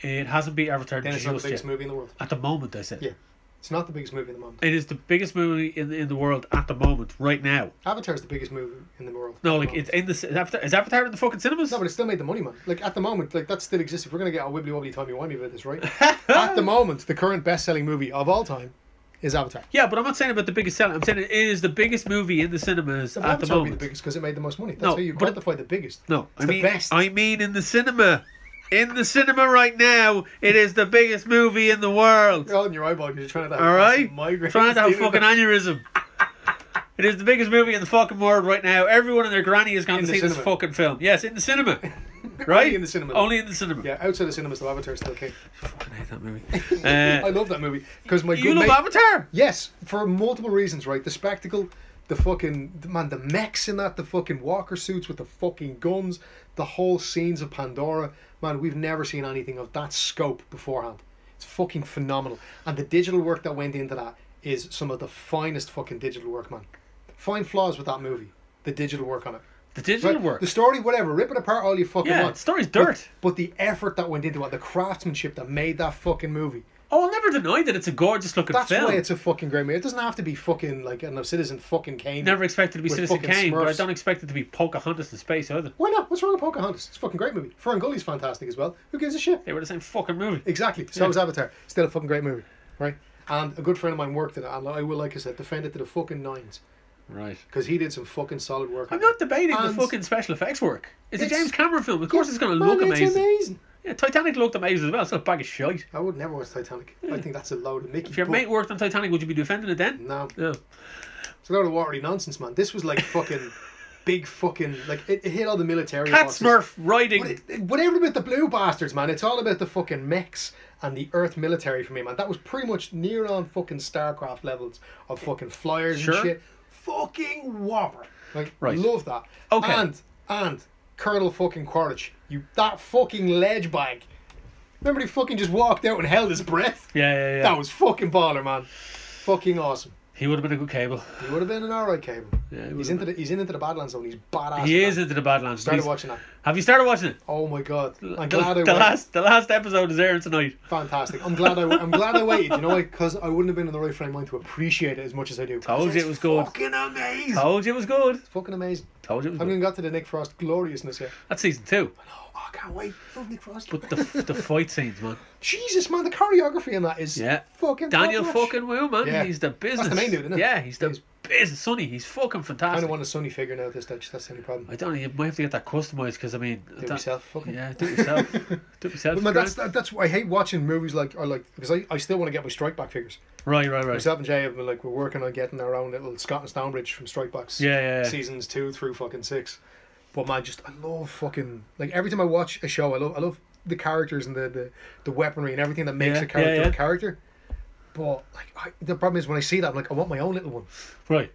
It hasn't beat Avatar Then it's just not the yet. biggest movie in the world. At the moment, I said. Yeah. It's not the biggest movie in the moment. It is the biggest movie in in the world at the moment, right now. Avatar is the biggest movie in the world. at No, the like moment. it's in the ci- is Avatar, is Avatar in the fucking cinemas? No, but it still made the money, man. Like at the moment, like that still exists. If we're gonna get a wibbly wobbly timey wimey about this, right? at the moment, the current best selling movie of all time is Avatar. yeah, but I'm not saying about the biggest seller. I'm saying it is the biggest movie in the cinemas So at the Avatar would be the moment. biggest because it made the most money. That's No, how you but- quantify the biggest. no, I the mean best. I mean in the cinema. In the cinema right now, it is the biggest movie in the world. You're holding your eyeball because you're trying to have All right, migraine. trying to have Dealing fucking with- aneurysm. It is the biggest movie in the fucking world right now. Everyone and their granny is going In to the see this cinema. fucking film. Yes, in the cinema, right? in the cinema. Only in the cinema. yeah, outside the cinemas, though, Avatar's still king. Fucking hate that movie. Uh, I love that movie because my you good love mate- Avatar? Yes, for multiple reasons, right? The spectacle, the fucking the- man, the mechs in that, the fucking walker suits with the fucking guns, the whole scenes of Pandora. Man, we've never seen anything of that scope beforehand. It's fucking phenomenal, and the digital work that went into that is some of the finest fucking digital work, man. Find flaws with that movie, the digital work on it. The digital Right, work. The story, whatever, rip it apart all you fucking yeah, want. the story's But- dirt. But, the effort that went into it, the craftsmanship that made that fucking movie. Oh, I'll never deny that it's a gorgeous looking That's film. why it's a fucking great movie. It doesn't have to be fucking like I don't know, Citizen fucking Kane. Never expected to be With Citizen fucking Kane, but I Smurfs. don't expect it to be Pocahontas in space either. Why not? What's wrong with Pocahontas? It's a fucking great movie. Ferngully's fantastic as well. Who gives a shit? They were the same fucking movie. Exactly. So was Avatar. Still a fucking great movie, right? And a good friend of mine worked in it, and I will, like I said, defend it to the fucking nines Right. because he did some fucking solid work. I'm not debating And- the fucking special effects work. It's, a It's- James Cameron film. Of course, it's going to Man, look It's amazing. amazing. Yeah, Titanic looked amazing as well. It's not a bag of shite. I would never watch Titanic. I think that's a load of Mickey. If your but- mate worked on Titanic, would you be defending it then? no, No. it's a load of watery nonsense, man. This was like fucking big fucking like it, it hit all the military. Cat bosses. Smurf riding. What it- Whatever about the blue bastards, man, it's all about the fucking mechs and the Earth military for me, man. That was pretty much near on fucking StarCraft levels of fucking flyers Sure. and shit. Fucking whopper. Like, Right. love that. Okay. And, and, Colonel fucking Quaritch, you, that fucking ledge bag. Remember he fucking just walked out and held his breath? yeah, yeah, yeah. That was fucking baller, man. Fucking awesome. He would have been a good cable. He would have been an alright cable. Yeah, he, He's would've into been. the, he's in into the Badlands zone. He's badass. he at is that. into the Badlands. but Started he's- watching that. Have you started watching it? Oh my god! I'm the, glad I the went. last, the last episode is airing tonight. Fantastic. I'm glad I, I'm glad I waited. You know why? Because I wouldn't have been in the right frame of mind to appreciate it as much as I do. Told you it was good. Fucking amazing. Told you it was good. It's fucking amazing. Told you it was I haven't good. even got to the Nick Frost gloriousness yet. That's season two. Oh, I can't wait. Love Nick Frost. But the the fight scenes, man. Jesus, man, the choreography in that is Yeah. fucking Daniel top-notch. fucking Wu, man. Yeah. He's the business. main dude, isn't it? Yeah, he's the He's- business. Sonny, he's fucking I kind fantastic. of want a sunny figure now at this stage. That's the only problem. I don't know, you might have to get that customized because, I mean. Do it that- yourself, fucking. Yeah, do it yourself. do it yourself. But man, Grant. that's that, that's why I hate watching movies like or like because I, I still want to get my strike back figures. Right, right, right. Myself and Jay have been like we're working on getting our own little Scott and Stonebridge from strike backs. Yeah, yeah, yeah. seasons two through fucking six. But man, just I love fucking like every time I watch a show, I love I love the characters and the the, the weaponry and everything that makes Yeah, a character yeah, yeah. a character. But like I, the problem is when I see that, I'm like I want my own little one. Right.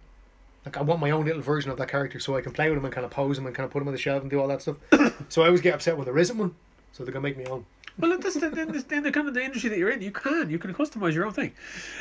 Like I want my own little version of that character, so I can play with him and kind of pose him and kind of put him on the shelf and do all that stuff. so I always get upset when there isn't one. So they're gonna make me own. Well, that's the, in, the, in the kind of the industry that you're in, you can. You can customize your own thing.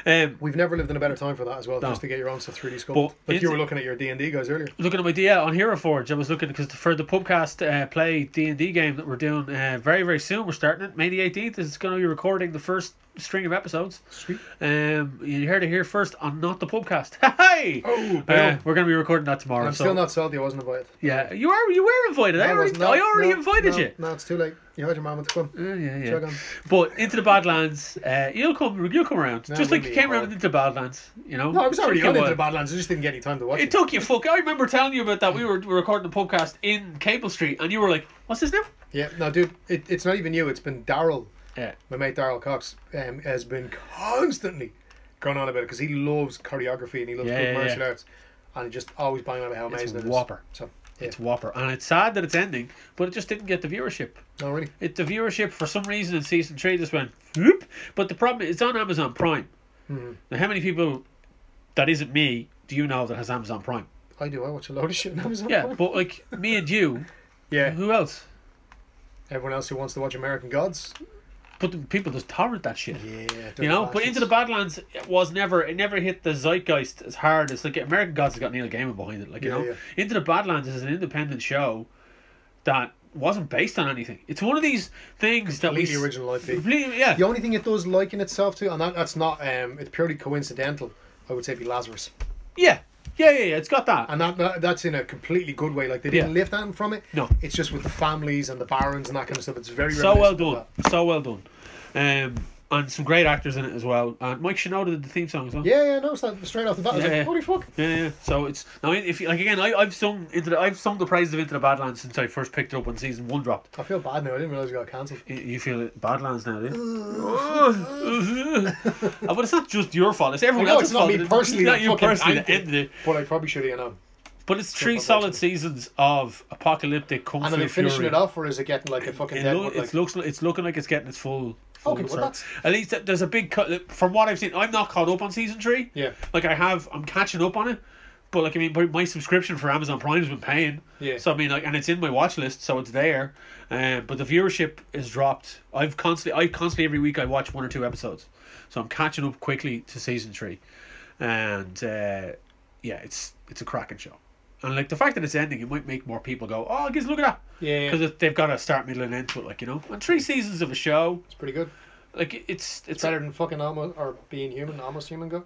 Um, We've never lived in a better time for that as well, No. just to get your own stuff 3D sculpted. But Like it's- you were looking at your D and D guys earlier. looking at my DL on Hero Forge, I was looking because for the podcast uh, play D and D game that we're doing uh, very very soon. We're starting it May the eighteenth. It's going to be recording the first string of episodes. Sweet. Um, you heard it here first on not the podcast. Hey, Oh, uh, Bill. we're going to be recording that tomorrow. I'm so still not salty. I wasn't invited. yeah, you are. You were invited. I No, already, wasn't. No, I already no, invited no, you. No, it's too late. You had your moment to come. Uh, yeah, yeah. Chug on. But into the Badlands, uh, you'll come. You'll come around. No, Just like you maybe came I'll- around into the Badlands. You know. No, I was Took already you a on into while. the Badlands. I just didn't get any time to watch It it. took you fuck. I remember telling you about that. We were, we were recording the podcast in Cable Street, and you were like, "What's this now?" Yeah, no, dude, it, it's not even you. It's been Daryl, Yeah. my mate Daryl Cox, um, has been constantly going on about it because he loves choreography and he loves Yeah, good yeah, martial arts, and just always banging on about how It's amazing it is. whopper. So, yeah. It's whopper, and it's sad that it's ending, but it just didn't get the viewership. no, really. It the viewership for some reason in season three just went whoop. But the problem is it's on Amazon Prime. Mhm. Now, how many people that isn't me do you know that has Amazon Prime? I do. I watch a load of shit on Amazon. Yeah, Prime. but like me and you, yeah. who else? Everyone else who wants to watch American Gods. But the people just torrent that shit. Yeah. You know, but Into the Badlands it was never it never hit the zeitgeist as hard as like American Gods has got Neil Gaiman behind it. Like you Yeah, know, Into the Badlands is an independent show that wasn't based on anything. It's one of these things that we completely s- original IP. completely yeah. The only thing it does liken itself to, and that, that's not, um, it's purely coincidental. I would say be Lazarus, yeah, yeah, yeah, yeah. It's got that. and that, that that's in a completely good way. Like they didn't Yeah. lift anything from it. No. it's just with the families and the barons and that kind of stuff. It's very so well reminiscent of done, that. so well done, um, and some great actors in it as well. And Mike Shinoda did the theme song as well. Yeah, yeah, no, it's that straight off the bat. I was Yeah. like, holy fuck. Yeah, yeah. So it's now if you, like again, I I've sung into the, I've sung the praises of Into the Badlands since I first picked it up when season one dropped. I feel bad now. I didn't realize it got cancelled. You- You feel it, Badlands now, do you? Uh, but it's not just your fault. It's everyone Oh. I know, else's it's not fault. me personally not that you fucking personally that banked it. ended it. But I probably should have known. But it's Sure, three but solid that's- seasons of apocalyptic kung And fu are they finishing fury. it off, or is it getting like a fucking It dead loo- one? Like, it's looks it's looking like it's getting its full. full Okay, well, circle. that's- At least th- there's a big cut from what I've seen. I'm not caught up on season three. yeah, Like I have, I'm catching up on it. But like I mean, but my subscription for Amazon Prime has been paying. Yeah. So I mean, like, and it's in my watch list, so it's there. Um, but the viewership is dropped. I've constantly, I constantly every week I watch one or two episodes, so I'm catching up quickly to season three, and uh, yeah, it's it's a cracking show. And like the fact that it's ending, it might make more people go, "Oh, guys, look at that!" yeah, yeah. because they've got to start, middle, and end to it, like you know. And three seasons of a show, It's pretty good. like it- it's it's, It's better than fucking almost or being human, almost human. Go,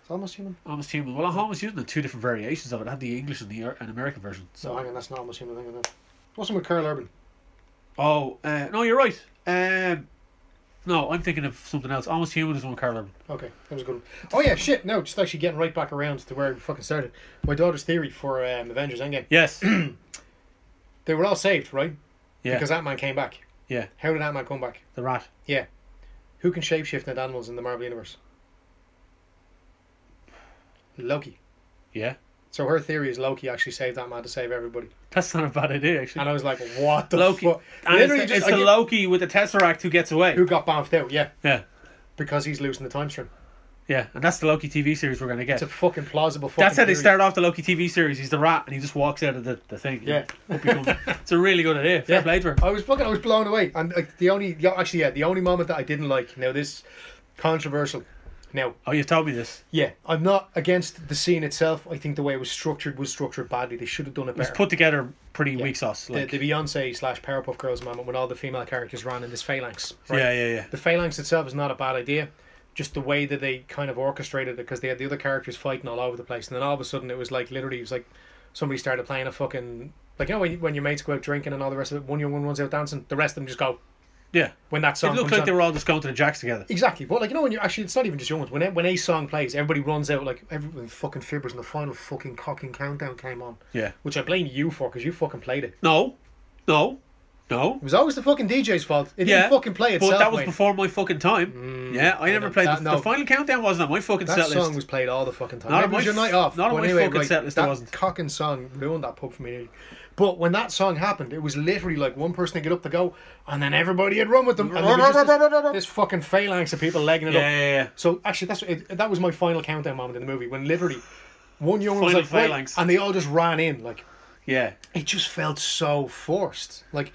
it's almost human. almost human. Well, I'm almost using the two different variations of it. I had the English and the Ar- and American version. So So hang on, that's not almost human. Hang on, now. what's one with Carl Urban? oh uh, no, you're right. Um, no, I'm thinking of something else. Almost human is one Carl Urban. Okay, that was a good. One. Oh yeah, shit. No, just actually getting right back around to where we fucking started. My daughter's theory for um, Avengers Endgame. Yes. They were all saved, right? Yeah. Because Ant Man came back. Yeah. How did Ant Man come back? the rat. Who can shapeshift into animals in the Marvel universe? Loki. Yeah. So her theory is Loki actually saved Ant Man to save everybody. That's not a bad idea actually. And I was like, what the Loki. fuck? And it's Literally the, just it's I the get- Loki with the Tesseract who gets away. who got bamfed out? Yeah, Yeah. because he's losing the time stream. Yeah, and that's the Loki TV series we're gonna It's get. a fucking plausible. Fucking That's how they theory. start off the Loki TV series. He's the rat, and he just walks out of the, the thing. Yeah. Up he comes. it's a really good idea. Fair Yeah. play to her. I was fucking, I was blown away. And like, the only, yeah, actually, yeah, the only moment that I didn't like. Now this controversial. Now, Oh, you've told me this. yeah, I'm not against the scene itself. I think the way it was structured was structured badly. They should have done it It was better. put together pretty weak sauce. the, Like, the Beyonce slash Powerpuff Girls moment when all the female characters ran in this phalanx. Right? Yeah, yeah, yeah. The phalanx itself is not a bad idea. Just the way that they kind of orchestrated it, because they had the other characters fighting all over the place, and then all of a sudden it was like literally it was like somebody started playing a fucking like you know when, when your mates go out drinking and all the rest of it. One young one one's out dancing, the rest of them just go Yeah. when that It song. looked comes like on. they were all just going to the jacks together. Exactly, but like you know, when you actually, it's not even just young ones. When a, when a song plays, everybody runs out like everyone fucking fibbers, and the final fucking cocking countdown came on, Yeah. which I blame you for because you fucking played it. No. No. No. It was always the fucking DJ's fault. It Yeah, didn't fucking play itself. But that was Wayne. before my fucking time. yeah, I never know. played That- the, no. the final countdown. Wasn't on my fucking That set song list. was played all the fucking time. Not on Maybe it was my your night f- off. not on but my anyway, fucking like, set list, it That wasn't. cocking song ruined that pub for me. But when that song happened, it was literally like one person to get up to go, and then everybody had run with them. And there was just this, this fucking phalanx of people legging it yeah, up. yeah, yeah. So actually, that's it, that was my final countdown moment in the movie when literally one young one was Final like, "Wait," phalanx. and they all just ran in. Like Yeah. it just felt so forced. Like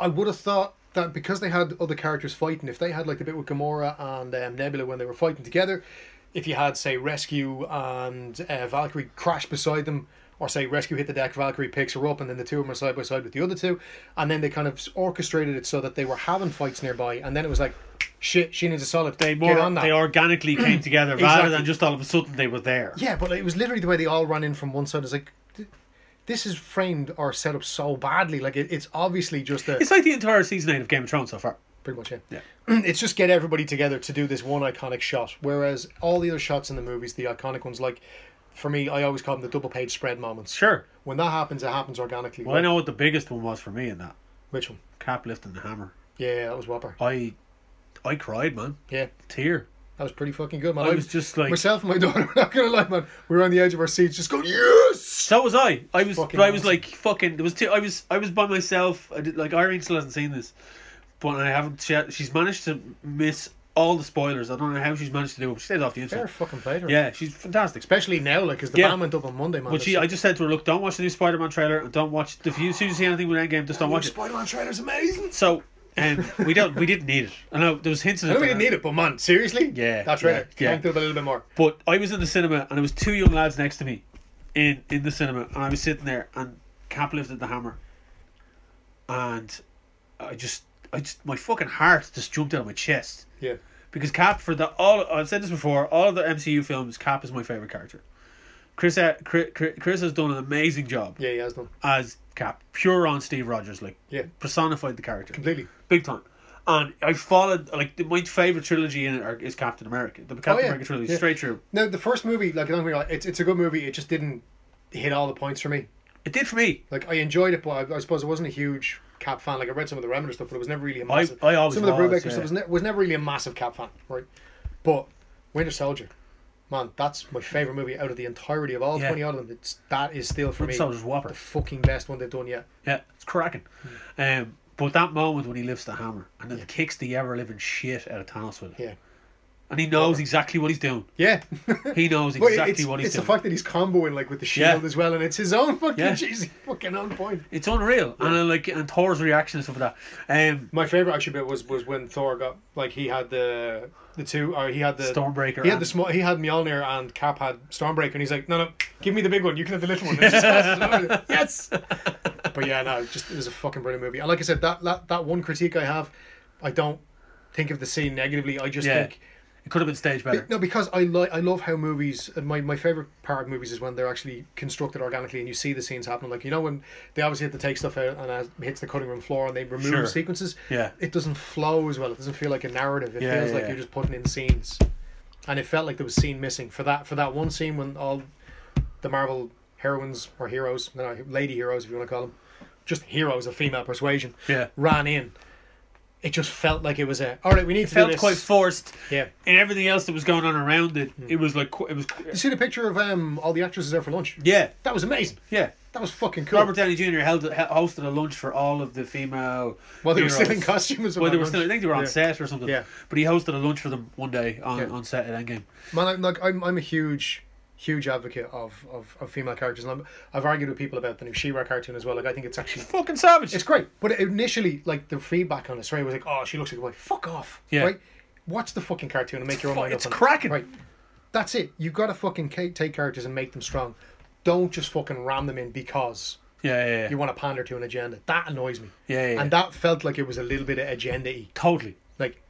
I would have thought that because they had other characters fighting, if they had like the bit with Gamora and um, Nebula when they were fighting together, if you had say Rescue and uh, Valkyrie crash beside them. Or say rescue hit the deck, Valkyrie picks her up, and then the two of them are side by side with the other two, and then they kind of orchestrated it so that they were having fights nearby, and then it was like, shit, she needs a solid. They Get more on that. they organically came together rather Exactly. than just all of a sudden they were there. Yeah, but it was literally the way they all ran in from one side. It's like, this is framed or set up so badly. Like it, it's obviously just a It's like the entire season eight of Game of Thrones so far. pretty much it. Yeah. It's just get everybody together to do this one iconic shot. Whereas all the other shots in the movies, the iconic ones, like for me, I always call them the double page spread moments. Sure. When that happens, it happens organically. Well, I know what the biggest one was for me in that Which one? cap lifting the hammer. Yeah, that was Whopper. I, I cried, man. Yeah, Tear. that was pretty fucking good, man. I was just like, myself and my daughter. We're not gonna lie, man. We were on the edge of our seats, just going yes. so was I. I was, Fucking but I was awesome. like, fucking. There was, two, I was, I was by myself. I did like Irene still hasn't seen this, but I haven't. She, she's managed to miss all the spoilers. I don't know how she's managed to do it. But she stayed off the Fair internet. fucking play to her. Yeah, she's fantastic. Especially now, like, because the Yeah. ban went up on Monday, man. But she, I just said to her, look, don't watch the new Spider Man trailer and don't watch the. If you, as soon as you see anything with Endgame, just don't watch it. Spider-Man trailer's amazing. So, um, we don't, we didn't need it. I know there was hints of I it. know we didn't need it, but man, seriously, Yeah, that trailer yeah, yeah. cranked it up a little bit more. But I was in the cinema and there was two young lads next to me in in the cinema and I was sitting there and Cap lifted the hammer and I just I just my fucking heart just jumped out of my chest. Yeah, Because Cap for the all I've said this before, all of the MCU films, Cap is my favourite character. Chris, uh, Chris Chris has done an amazing job yeah, he has done as Cap, pure on Steve Rogers, like Yeah. personified the character completely. big time. And I followed like the, my favorite trilogy in it are, is Captain America, the Captain Oh, yeah. America trilogy, Yeah. straight through. No, the first movie, like, don't get me wrong, it's it's a good movie. It just didn't hit all the points for me. It did for me. Like, I enjoyed it, but I, I suppose I wasn't a huge Cap fan. Like, I read some of the Remnant stuff, but it was never really a I, massive. I always some of the was, Brubaker yeah. stuff was, ne- was never really a massive Cap fan, right? But Winter Soldier, man, that's my favorite movie out of the entirety of all Yeah. twenty odd of them. It's that is still for Winter me Soldier's the Whopper. fucking best one they've done yet. Yeah, it's cracking. Hmm. Um, but that moment when he lifts the hammer and then kicks the ever living shit out of Thanos with it, Yeah, and he knows exactly what he's doing. yeah. He knows But exactly it's, what he's it's the doing. fact that he's comboing like with the shield Yeah. as well, and it's his own fucking Yeah. he's fucking on point. it's unreal, and I like and Thor's reaction and stuff like that. Um, My favorite actually bit was was when Thor got like he had the the two or he had the Stormbreaker. Uh, He had and- the small. He had Mjolnir and Cap had Stormbreaker, and he's like, "No, no, give me the big one. You can have the little one." It's just passes it over. yes. But yeah, no, it just it was a fucking brilliant movie. And like I said, that that, that one critique I have, I don't think of the scene negatively. I just yeah. think It could have been staged be- better. no, because I like I love how movies. and My my favorite part of movies is when they're actually constructed organically, and you see the scenes happening. Like you know when they obviously have to take stuff out and uh, it hits the cutting room floor, and they remove Sure. sequences. Yeah. It doesn't flow as well. It doesn't feel like a narrative. It Yeah, feels yeah, like yeah. you're just putting in scenes, and it felt like there was scene missing for that for that one scene when all the Marvel heroines or heroes, no, no, lady heroes if you want to call them, just heroes of female persuasion, Yeah. ran in. It just felt like it was a all right. We need to do Felt this. quite forced, yeah. and everything else that was going on around it, Hmm. it was like qu- it was. You see the picture of um all the actresses there for lunch. Yeah, That was amazing. yeah. That was fucking cool. Robert Downey Jr. held he- hosted a lunch for all of the female. While they were heroes. still in costume as Well, they were still. I think they were on Yeah. set or something. Yeah. But he hosted a lunch for them one day on, Yeah. on set at Endgame. Man, I'm, like I'm, I'm a huge, huge advocate of of, of female characters, and I'm, I've argued with people about the new She-Ra cartoon as well. Like I think it's actually Fucking savage. it's great, but initially like the feedback on this right was like, oh, she looks like a boy. Fuck off. Yeah. Right. Watch the fucking cartoon and make your own fu- mind up it's on it. cracking. Right. That's it. You gotta fucking ca- take characters and make them strong. Don't just fucking ram them in because yeah, yeah, yeah. you want to pander to an agenda. That annoys me. Yeah, yeah, yeah. And that felt like it was a little bit of agenda-y. totally. Like,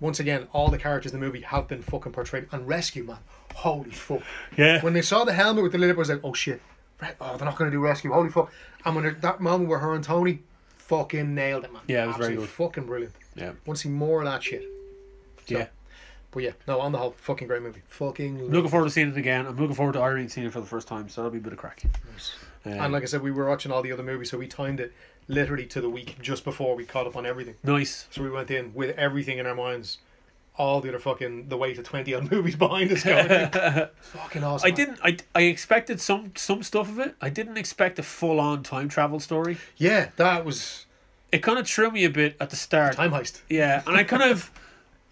once again, all the characters in the movie have been fucking portrayed. And Rescue Man, holy fuck. Yeah. When they saw the helmet with the lid, up, I was like, oh shit. Right, oh, they're not going to do Rescue, holy fuck. And when it- that moment where her and Tony fucking nailed it, man. Yeah, it was very Absolutely good. fucking brilliant. yeah. Want to see more of that shit. Yeah. But yeah, no, on the whole, fucking great movie. Fucking I'm looking forward to seeing it again. I'm looking forward to Irene seeing it for the first time, so that'll be a bit of crack. nice. Um, And like I said, we were watching all the other movies, so we timed it literally to the week just before we caught up on everything. nice. So we went in with everything in our minds, all the other fucking the weight of twenty odd movies behind us going. fucking awesome. I man. didn't. I, I expected some some stuff of it. I didn't expect a full on time travel story. Yeah, that was It kind of threw me a bit at the start. time heist. Yeah, and I kind of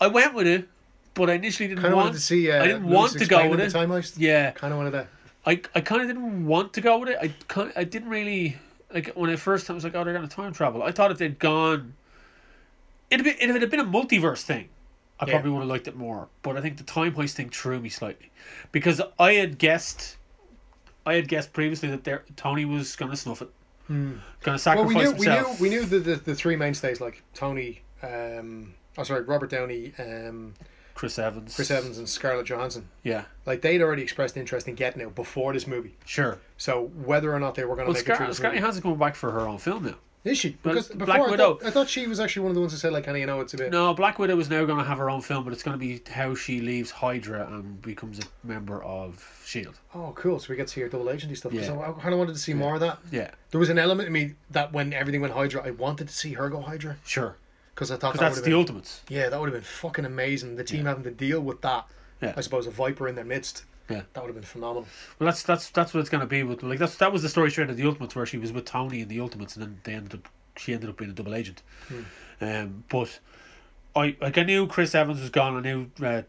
I went with it, but I initially didn't Kind of want wanted to see. Uh, I didn't Lewis want to go explaining with the it. Time heist. Yeah, Kind of wanted that. I, I kind of didn't want to go with it. I kind I didn't really like when I first I was like, oh, they're gonna time travel. I thought if they'd gone, it'd be if it had been a multiverse thing, I Yeah. probably would have liked it more. But I think the time heist thing threw me slightly because I had guessed, I had guessed previously that there Tony was gonna snuff it, gonna Hmm. Well, we sacrifice knew we knew himself. we knew the, the the three mainstays like Tony. Um, oh, sorry, Robert Downey. Um, Chris Evans. Chris Evans and Scarlett Johansson. Yeah, Like they'd already expressed interest in getting out before this movie. sure. So whether or not they were going to Well, make it through Scar- this Scarlett movie, Johansson's coming back for her own film now. is she? But Because Black before I, Widow- Thought, I thought she was actually one of the ones who said like, "Honey, you know it's a bit." No, Black Widow is now going to have her own film, but it's going to be how she leaves Hydra and becomes a member of Shield. Oh, cool! So we get to see her double agency stuff. Yeah. So I kind of wanted to see more of that. Yeah, There was an element in me that when everything went Hydra, I wanted to see her go Hydra sure. because I thought 'Cause that that's would the have Ultimates. been yeah, that would have been fucking amazing. The team having to deal with that, Yeah. I suppose a Viper in their midst, Yeah. that would have been phenomenal. Well, that's that's that's what it's going to be with like that's that was the story straight of the Ultimates where she was with Tony in the Ultimates and then they ended up she ended up being a double agent. Hmm. Um, but I like I knew Chris Evans was gone. I knew uh,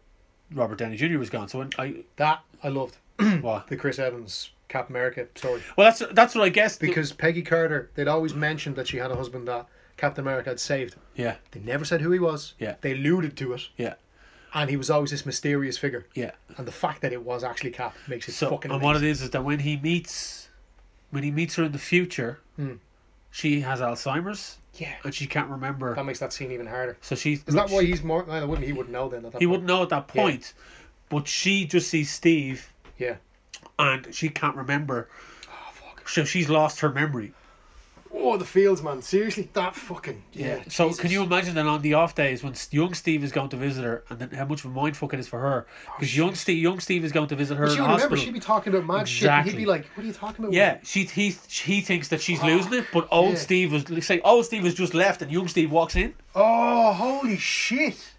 Robert Downey Jr. was gone. So when I That I loved well, the Chris Evans Cap America story well that's that's what I guessed the- because Peggy Carter they'd always mentioned that she had a husband that Captain America had saved. yeah They never said who he was. Yeah. They alluded to it, yeah and he was always this mysterious figure. yeah. And the fact that it was actually Cap makes it So fucking and amazing. what it is is that when he meets when he meets her in the future, Hmm. she has Alzheimer's yeah, and she can't remember. that makes that scene even harder. so she Um, Is that why he's more? No, wouldn't he wouldn't know then. At that he point. wouldn't know at that point. But she just sees Steve Yeah. and she can't remember. Oh fuck. So she's lost her memory. Oh, the fields, man. Seriously, that fucking yeah. So Jesus. can you imagine then on the off days when young Steve is going to visit her, and then how much of a mindfuck it is for her because young Steve, young Steve is going to visit her in Oh, She the would remember. hospital. She'd be talking about mad shit. And Exactly. he'd be like, "What are you talking about?" yeah, she he he thinks that she's losing it, but old Ah, Yeah. Steve was like, say old Steve was just left, and young Steve walks in. Oh, holy shit.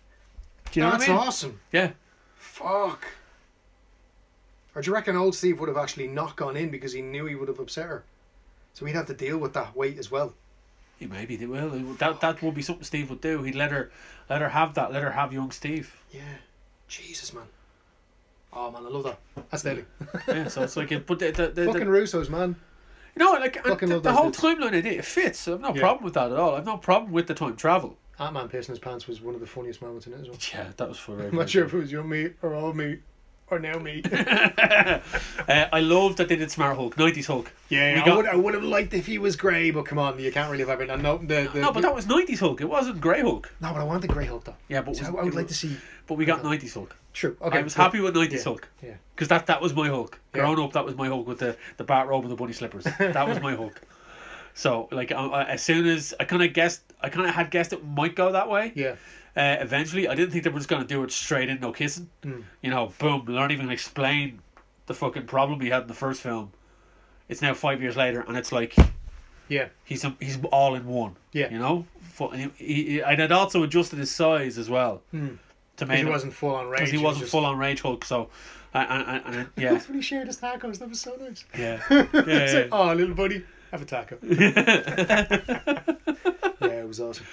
Do you know That's what I mean? awesome. Yeah, Fuck. Or do you reckon old Steve would have actually not gone in because he knew he would have upset her? So he'd have to deal with that weight as well. he maybe did well. That that would be something Steve would do. He'd let her let her have that. Let her have young Steve. Yeah. Jesus, man. Oh man, I love that. That's deadly. Yeah, so it's like it. But the, the, the, the, Fucking Russos, man. No, like and Fucking th- love the those whole bits. timeline idea it fits. I've no Yeah. problem with that at all. I've no problem with the time travel. Ant Man piercing his pants was one of the funniest moments in it as well. Yeah, that was for. I'm not sure if it was your meat or old meat or now meat. uh, I love that they did Smart Hulk, nineties Hulk. We Yeah, I got- would, I would have liked if he was grey, but come on, you can't really have it. And no, the, the, No, but that was nineties Hulk. It wasn't Grey Hulk. no, but I want the grey Hulk though. Yeah, but So was- I would it like was- to see. But we got nineties Hulk. True. Okay. I was cool. happy with nineties Yeah. Hulk Yeah. because that that was my Hulk. Yeah. Grown up, that was my Hulk with the the bat robe and the bunny slippers. That was my Hulk. So like I, I, as soon as I kind of guessed, I kind of had guessed it might go that way. Yeah. uh, eventually. I didn't think they were just going to do it straight in, no kissing. Hmm. You know, boom, they aren't even going to explain the fucking problem he had in the first film. It's now five years later, and it's like Yeah. he's a, he's all in one. Yeah. You know? Fu- and He, he, and it also adjusted his size as well. To make Because Hmm. he him- wasn't full on rage. 'cause he was wasn't just- full on Rage Hulk, so. And, and, and, and yeah, That's when he shared his tacos. That was so nice. yeah. It's yeah, like, oh, little buddy, have a taco. yeah, it was awesome.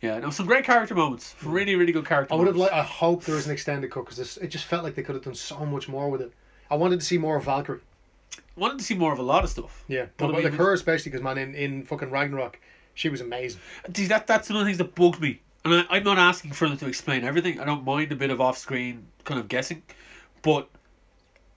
yeah. No, some great character moments. Really, really good character. I would have moments. liked. I hope there was an extended cut because it just felt like they could have done so much more with it. I wanted to see more of Valkyrie. wanted to see more of a lot of stuff. Yeah, But but, I mean, like her especially because man, in, in fucking Ragnarok, she was amazing. See, that that's one of the things that bugged me. And I, I'm not asking for them to explain everything. I don't mind a bit of off screen kind of guessing, but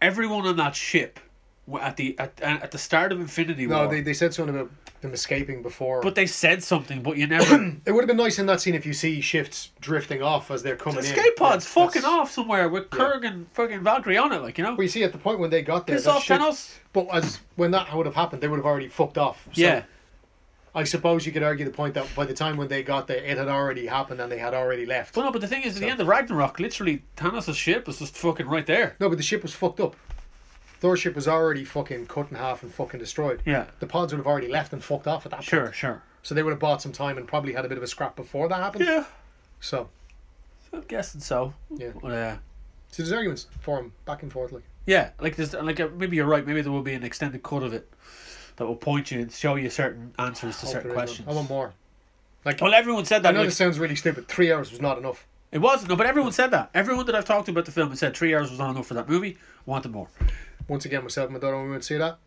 everyone on that ship were at the at, uh, at the start of Infinity War. No, they, they said something about them escaping before. but they said something, but you never it would have been nice in that scene if you see shifts drifting off as they're coming. in. escape pods Yeah, fucking that's- off somewhere with Kurg and fucking Valkyrie on it, like you know. Well, you see at the point when they got there, Piss that off, ship- Thanos. But as when that would have happened, they would have already fucked off. So yeah, I suppose you could argue the point that by the time when they got there, it had already happened and they had already left. but no. But the thing is, at the end of Ragnarok, literally Thanos' ship was just fucking right there. No, but the ship was fucked up. Thor's ship was already fucking cut in half and fucking destroyed. Yeah. The pods would have already left and fucked off at that point. Sure, sure. So they would have bought some time and probably had a bit of a scrap before that happened. Yeah, So, I'm guessing so. Yeah. But, uh, so there's arguments for him back and forth. Like, Yeah, like there's like uh, maybe you're right. Maybe there will be an extended cut of it that will point you and show you certain answers to hope there certain is questions. one. I want more. Like, Well, everyone said I that. know like, this sounds really stupid. Three hours was not enough. it was no, but everyone said that. Everyone that I've talked to about the film has said three hours was not enough for that movie. Wanted more. Once again, myself and my daughter, when we went to see that,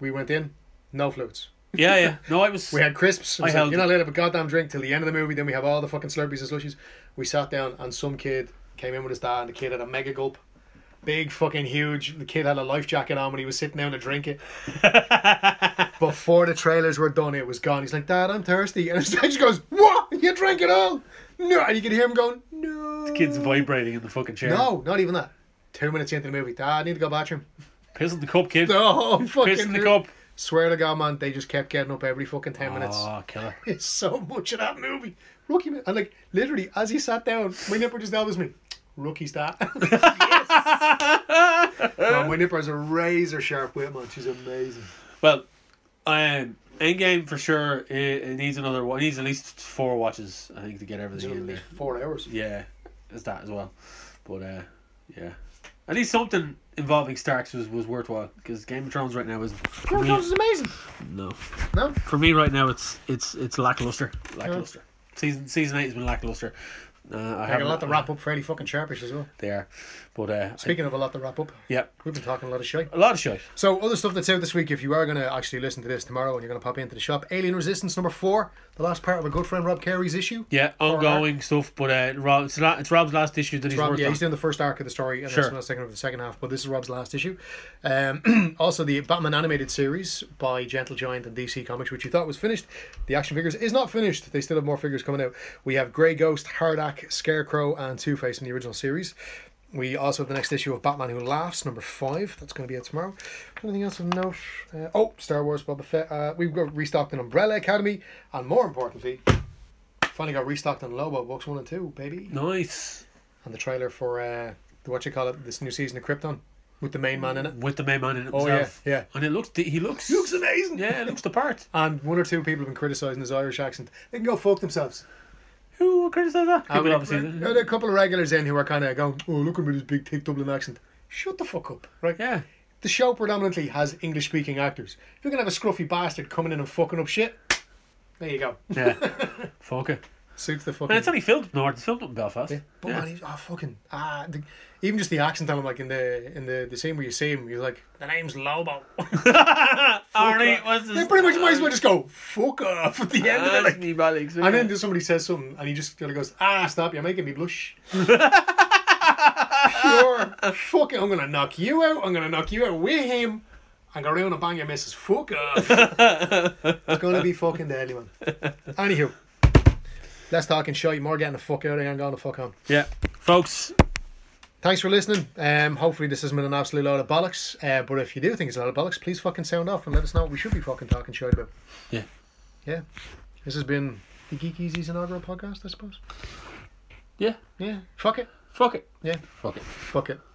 we went in, no flutes. Yeah, yeah. No, I was. We had crisps. I was I like, held You're it. not allowed to have a goddamn drink till the end of the movie. Then we have all the fucking Slurpees and slushies. We sat down, and some kid came in with his dad, and the kid had a mega gulp. Big fucking huge. The kid had a life jacket on when he was sitting down to drink it. Before the trailers were done, it was gone. He's like, Dad, I'm thirsty. And his dad just goes, What? You drank it all? no, and you can hear him going, no. The kid's vibrating in the fucking chair. No, not even that. Two minutes into the movie, Dad, I need to go bathroom. Piss in the cup, kid. No, fucking. Piss in the cup. Swear to God, man, they just kept getting up every fucking ten minutes. Oh, killer. It's so much of that movie. Rookie, man. and like literally, as he sat down, my nipper just elbows me. Rookie's that. man, my nipper has a razor sharp wit, man. She's amazing. Well, um, Endgame for sure. It, it needs another one. It needs at least four watches, I think, to get It's everything in only there. four hours. Yeah, there's that as well. But uh, yeah, at least something involving Starks was, was worthwhile because Game of Thrones right now is Game of Thrones is amazing. no No, for me right now. It's it's it's lackluster. Lackluster. Season season eight has been lackluster. Uh, I I got a lot haven't- to wrap up fairly fucking sharpish as well. There, but uh, Speaking of a lot to wrap up, I, yeah, we've been talking a lot of shit. a lot of shit. So other stuff that's out this week, if you are going to actually listen to this tomorrow and you're going to pop into the shop, Alien Resistance number four, the last part of a good friend Rob Carey's issue. Yeah, ongoing stuff. But uh, Rob, it's, la- it's Rob's last issue that he's Rob, worked yeah, on. he's doing the first arc of the story, and Sure. that's not second of the second half. But this is Rob's last issue. Um, also, the Batman animated series by Gentle Giant and DC Comics, which you thought was finished, the action figures is not finished. They still have more figures coming out. We have Grey Ghost, Hardak, Scarecrow, and Two Face in the original series. We also have the next issue of Batman Who Laughs, number five. That's going to be out tomorrow. Anything else of note? Uh, oh, Star Wars Boba Fett. Uh, we've got restocked an Umbrella Academy, and more importantly, finally got restocked on Lobo books one and two, baby nice and the trailer for uh, the, what you call it, this new season of Krypton with the main man in it. with the main man in it Oh, himself. yeah, yeah. And it looks he looks Looks amazing. yeah, it looks the part. And one or two people have been criticising his Irish accent. They can go fuck themselves. Who criticised that? And People we- obviously- there are a couple of regulars in who are kind of going, oh, look at me with his big thick Dublin accent. Shut the fuck up, right? yeah. The show predominantly has English speaking actors. If you're going to have a scruffy bastard coming in and fucking up shit, there you go. Yeah. Fuck it. Suits the fucking. And it's only filmed north. It's filmed up in Belfast. Yeah. But man, he's, oh fucking ah, the, even just the accent on him, like in the in the the scene where you see him, you're like, the name's Lobo. Arnie was They pretty much might as well just go fuck off at the end of it. Like, and then just somebody says something, and he just kind of goes, "Ah, stop! You're making me blush." Pure fucking! I'm gonna knock you out. I'm gonna knock you out with him. And go round and bang your missus. Fuck off! it's gonna be fucking deadly, man. Anywho, let's talk and show you more getting the fuck out. I ain't going to fuck on. yeah, folks. Thanks for listening. Um, hopefully this has been an absolute load of bollocks. Uh, but if you do think it's a load of bollocks, please fucking sound off and let us know what we should be fucking talking shit about. Yeah. Yeah. This has been the Geek Easy's inaugural podcast, I suppose. Yeah. Yeah. Fuck it. Fuck it. Yeah. Fuck it. Fuck it.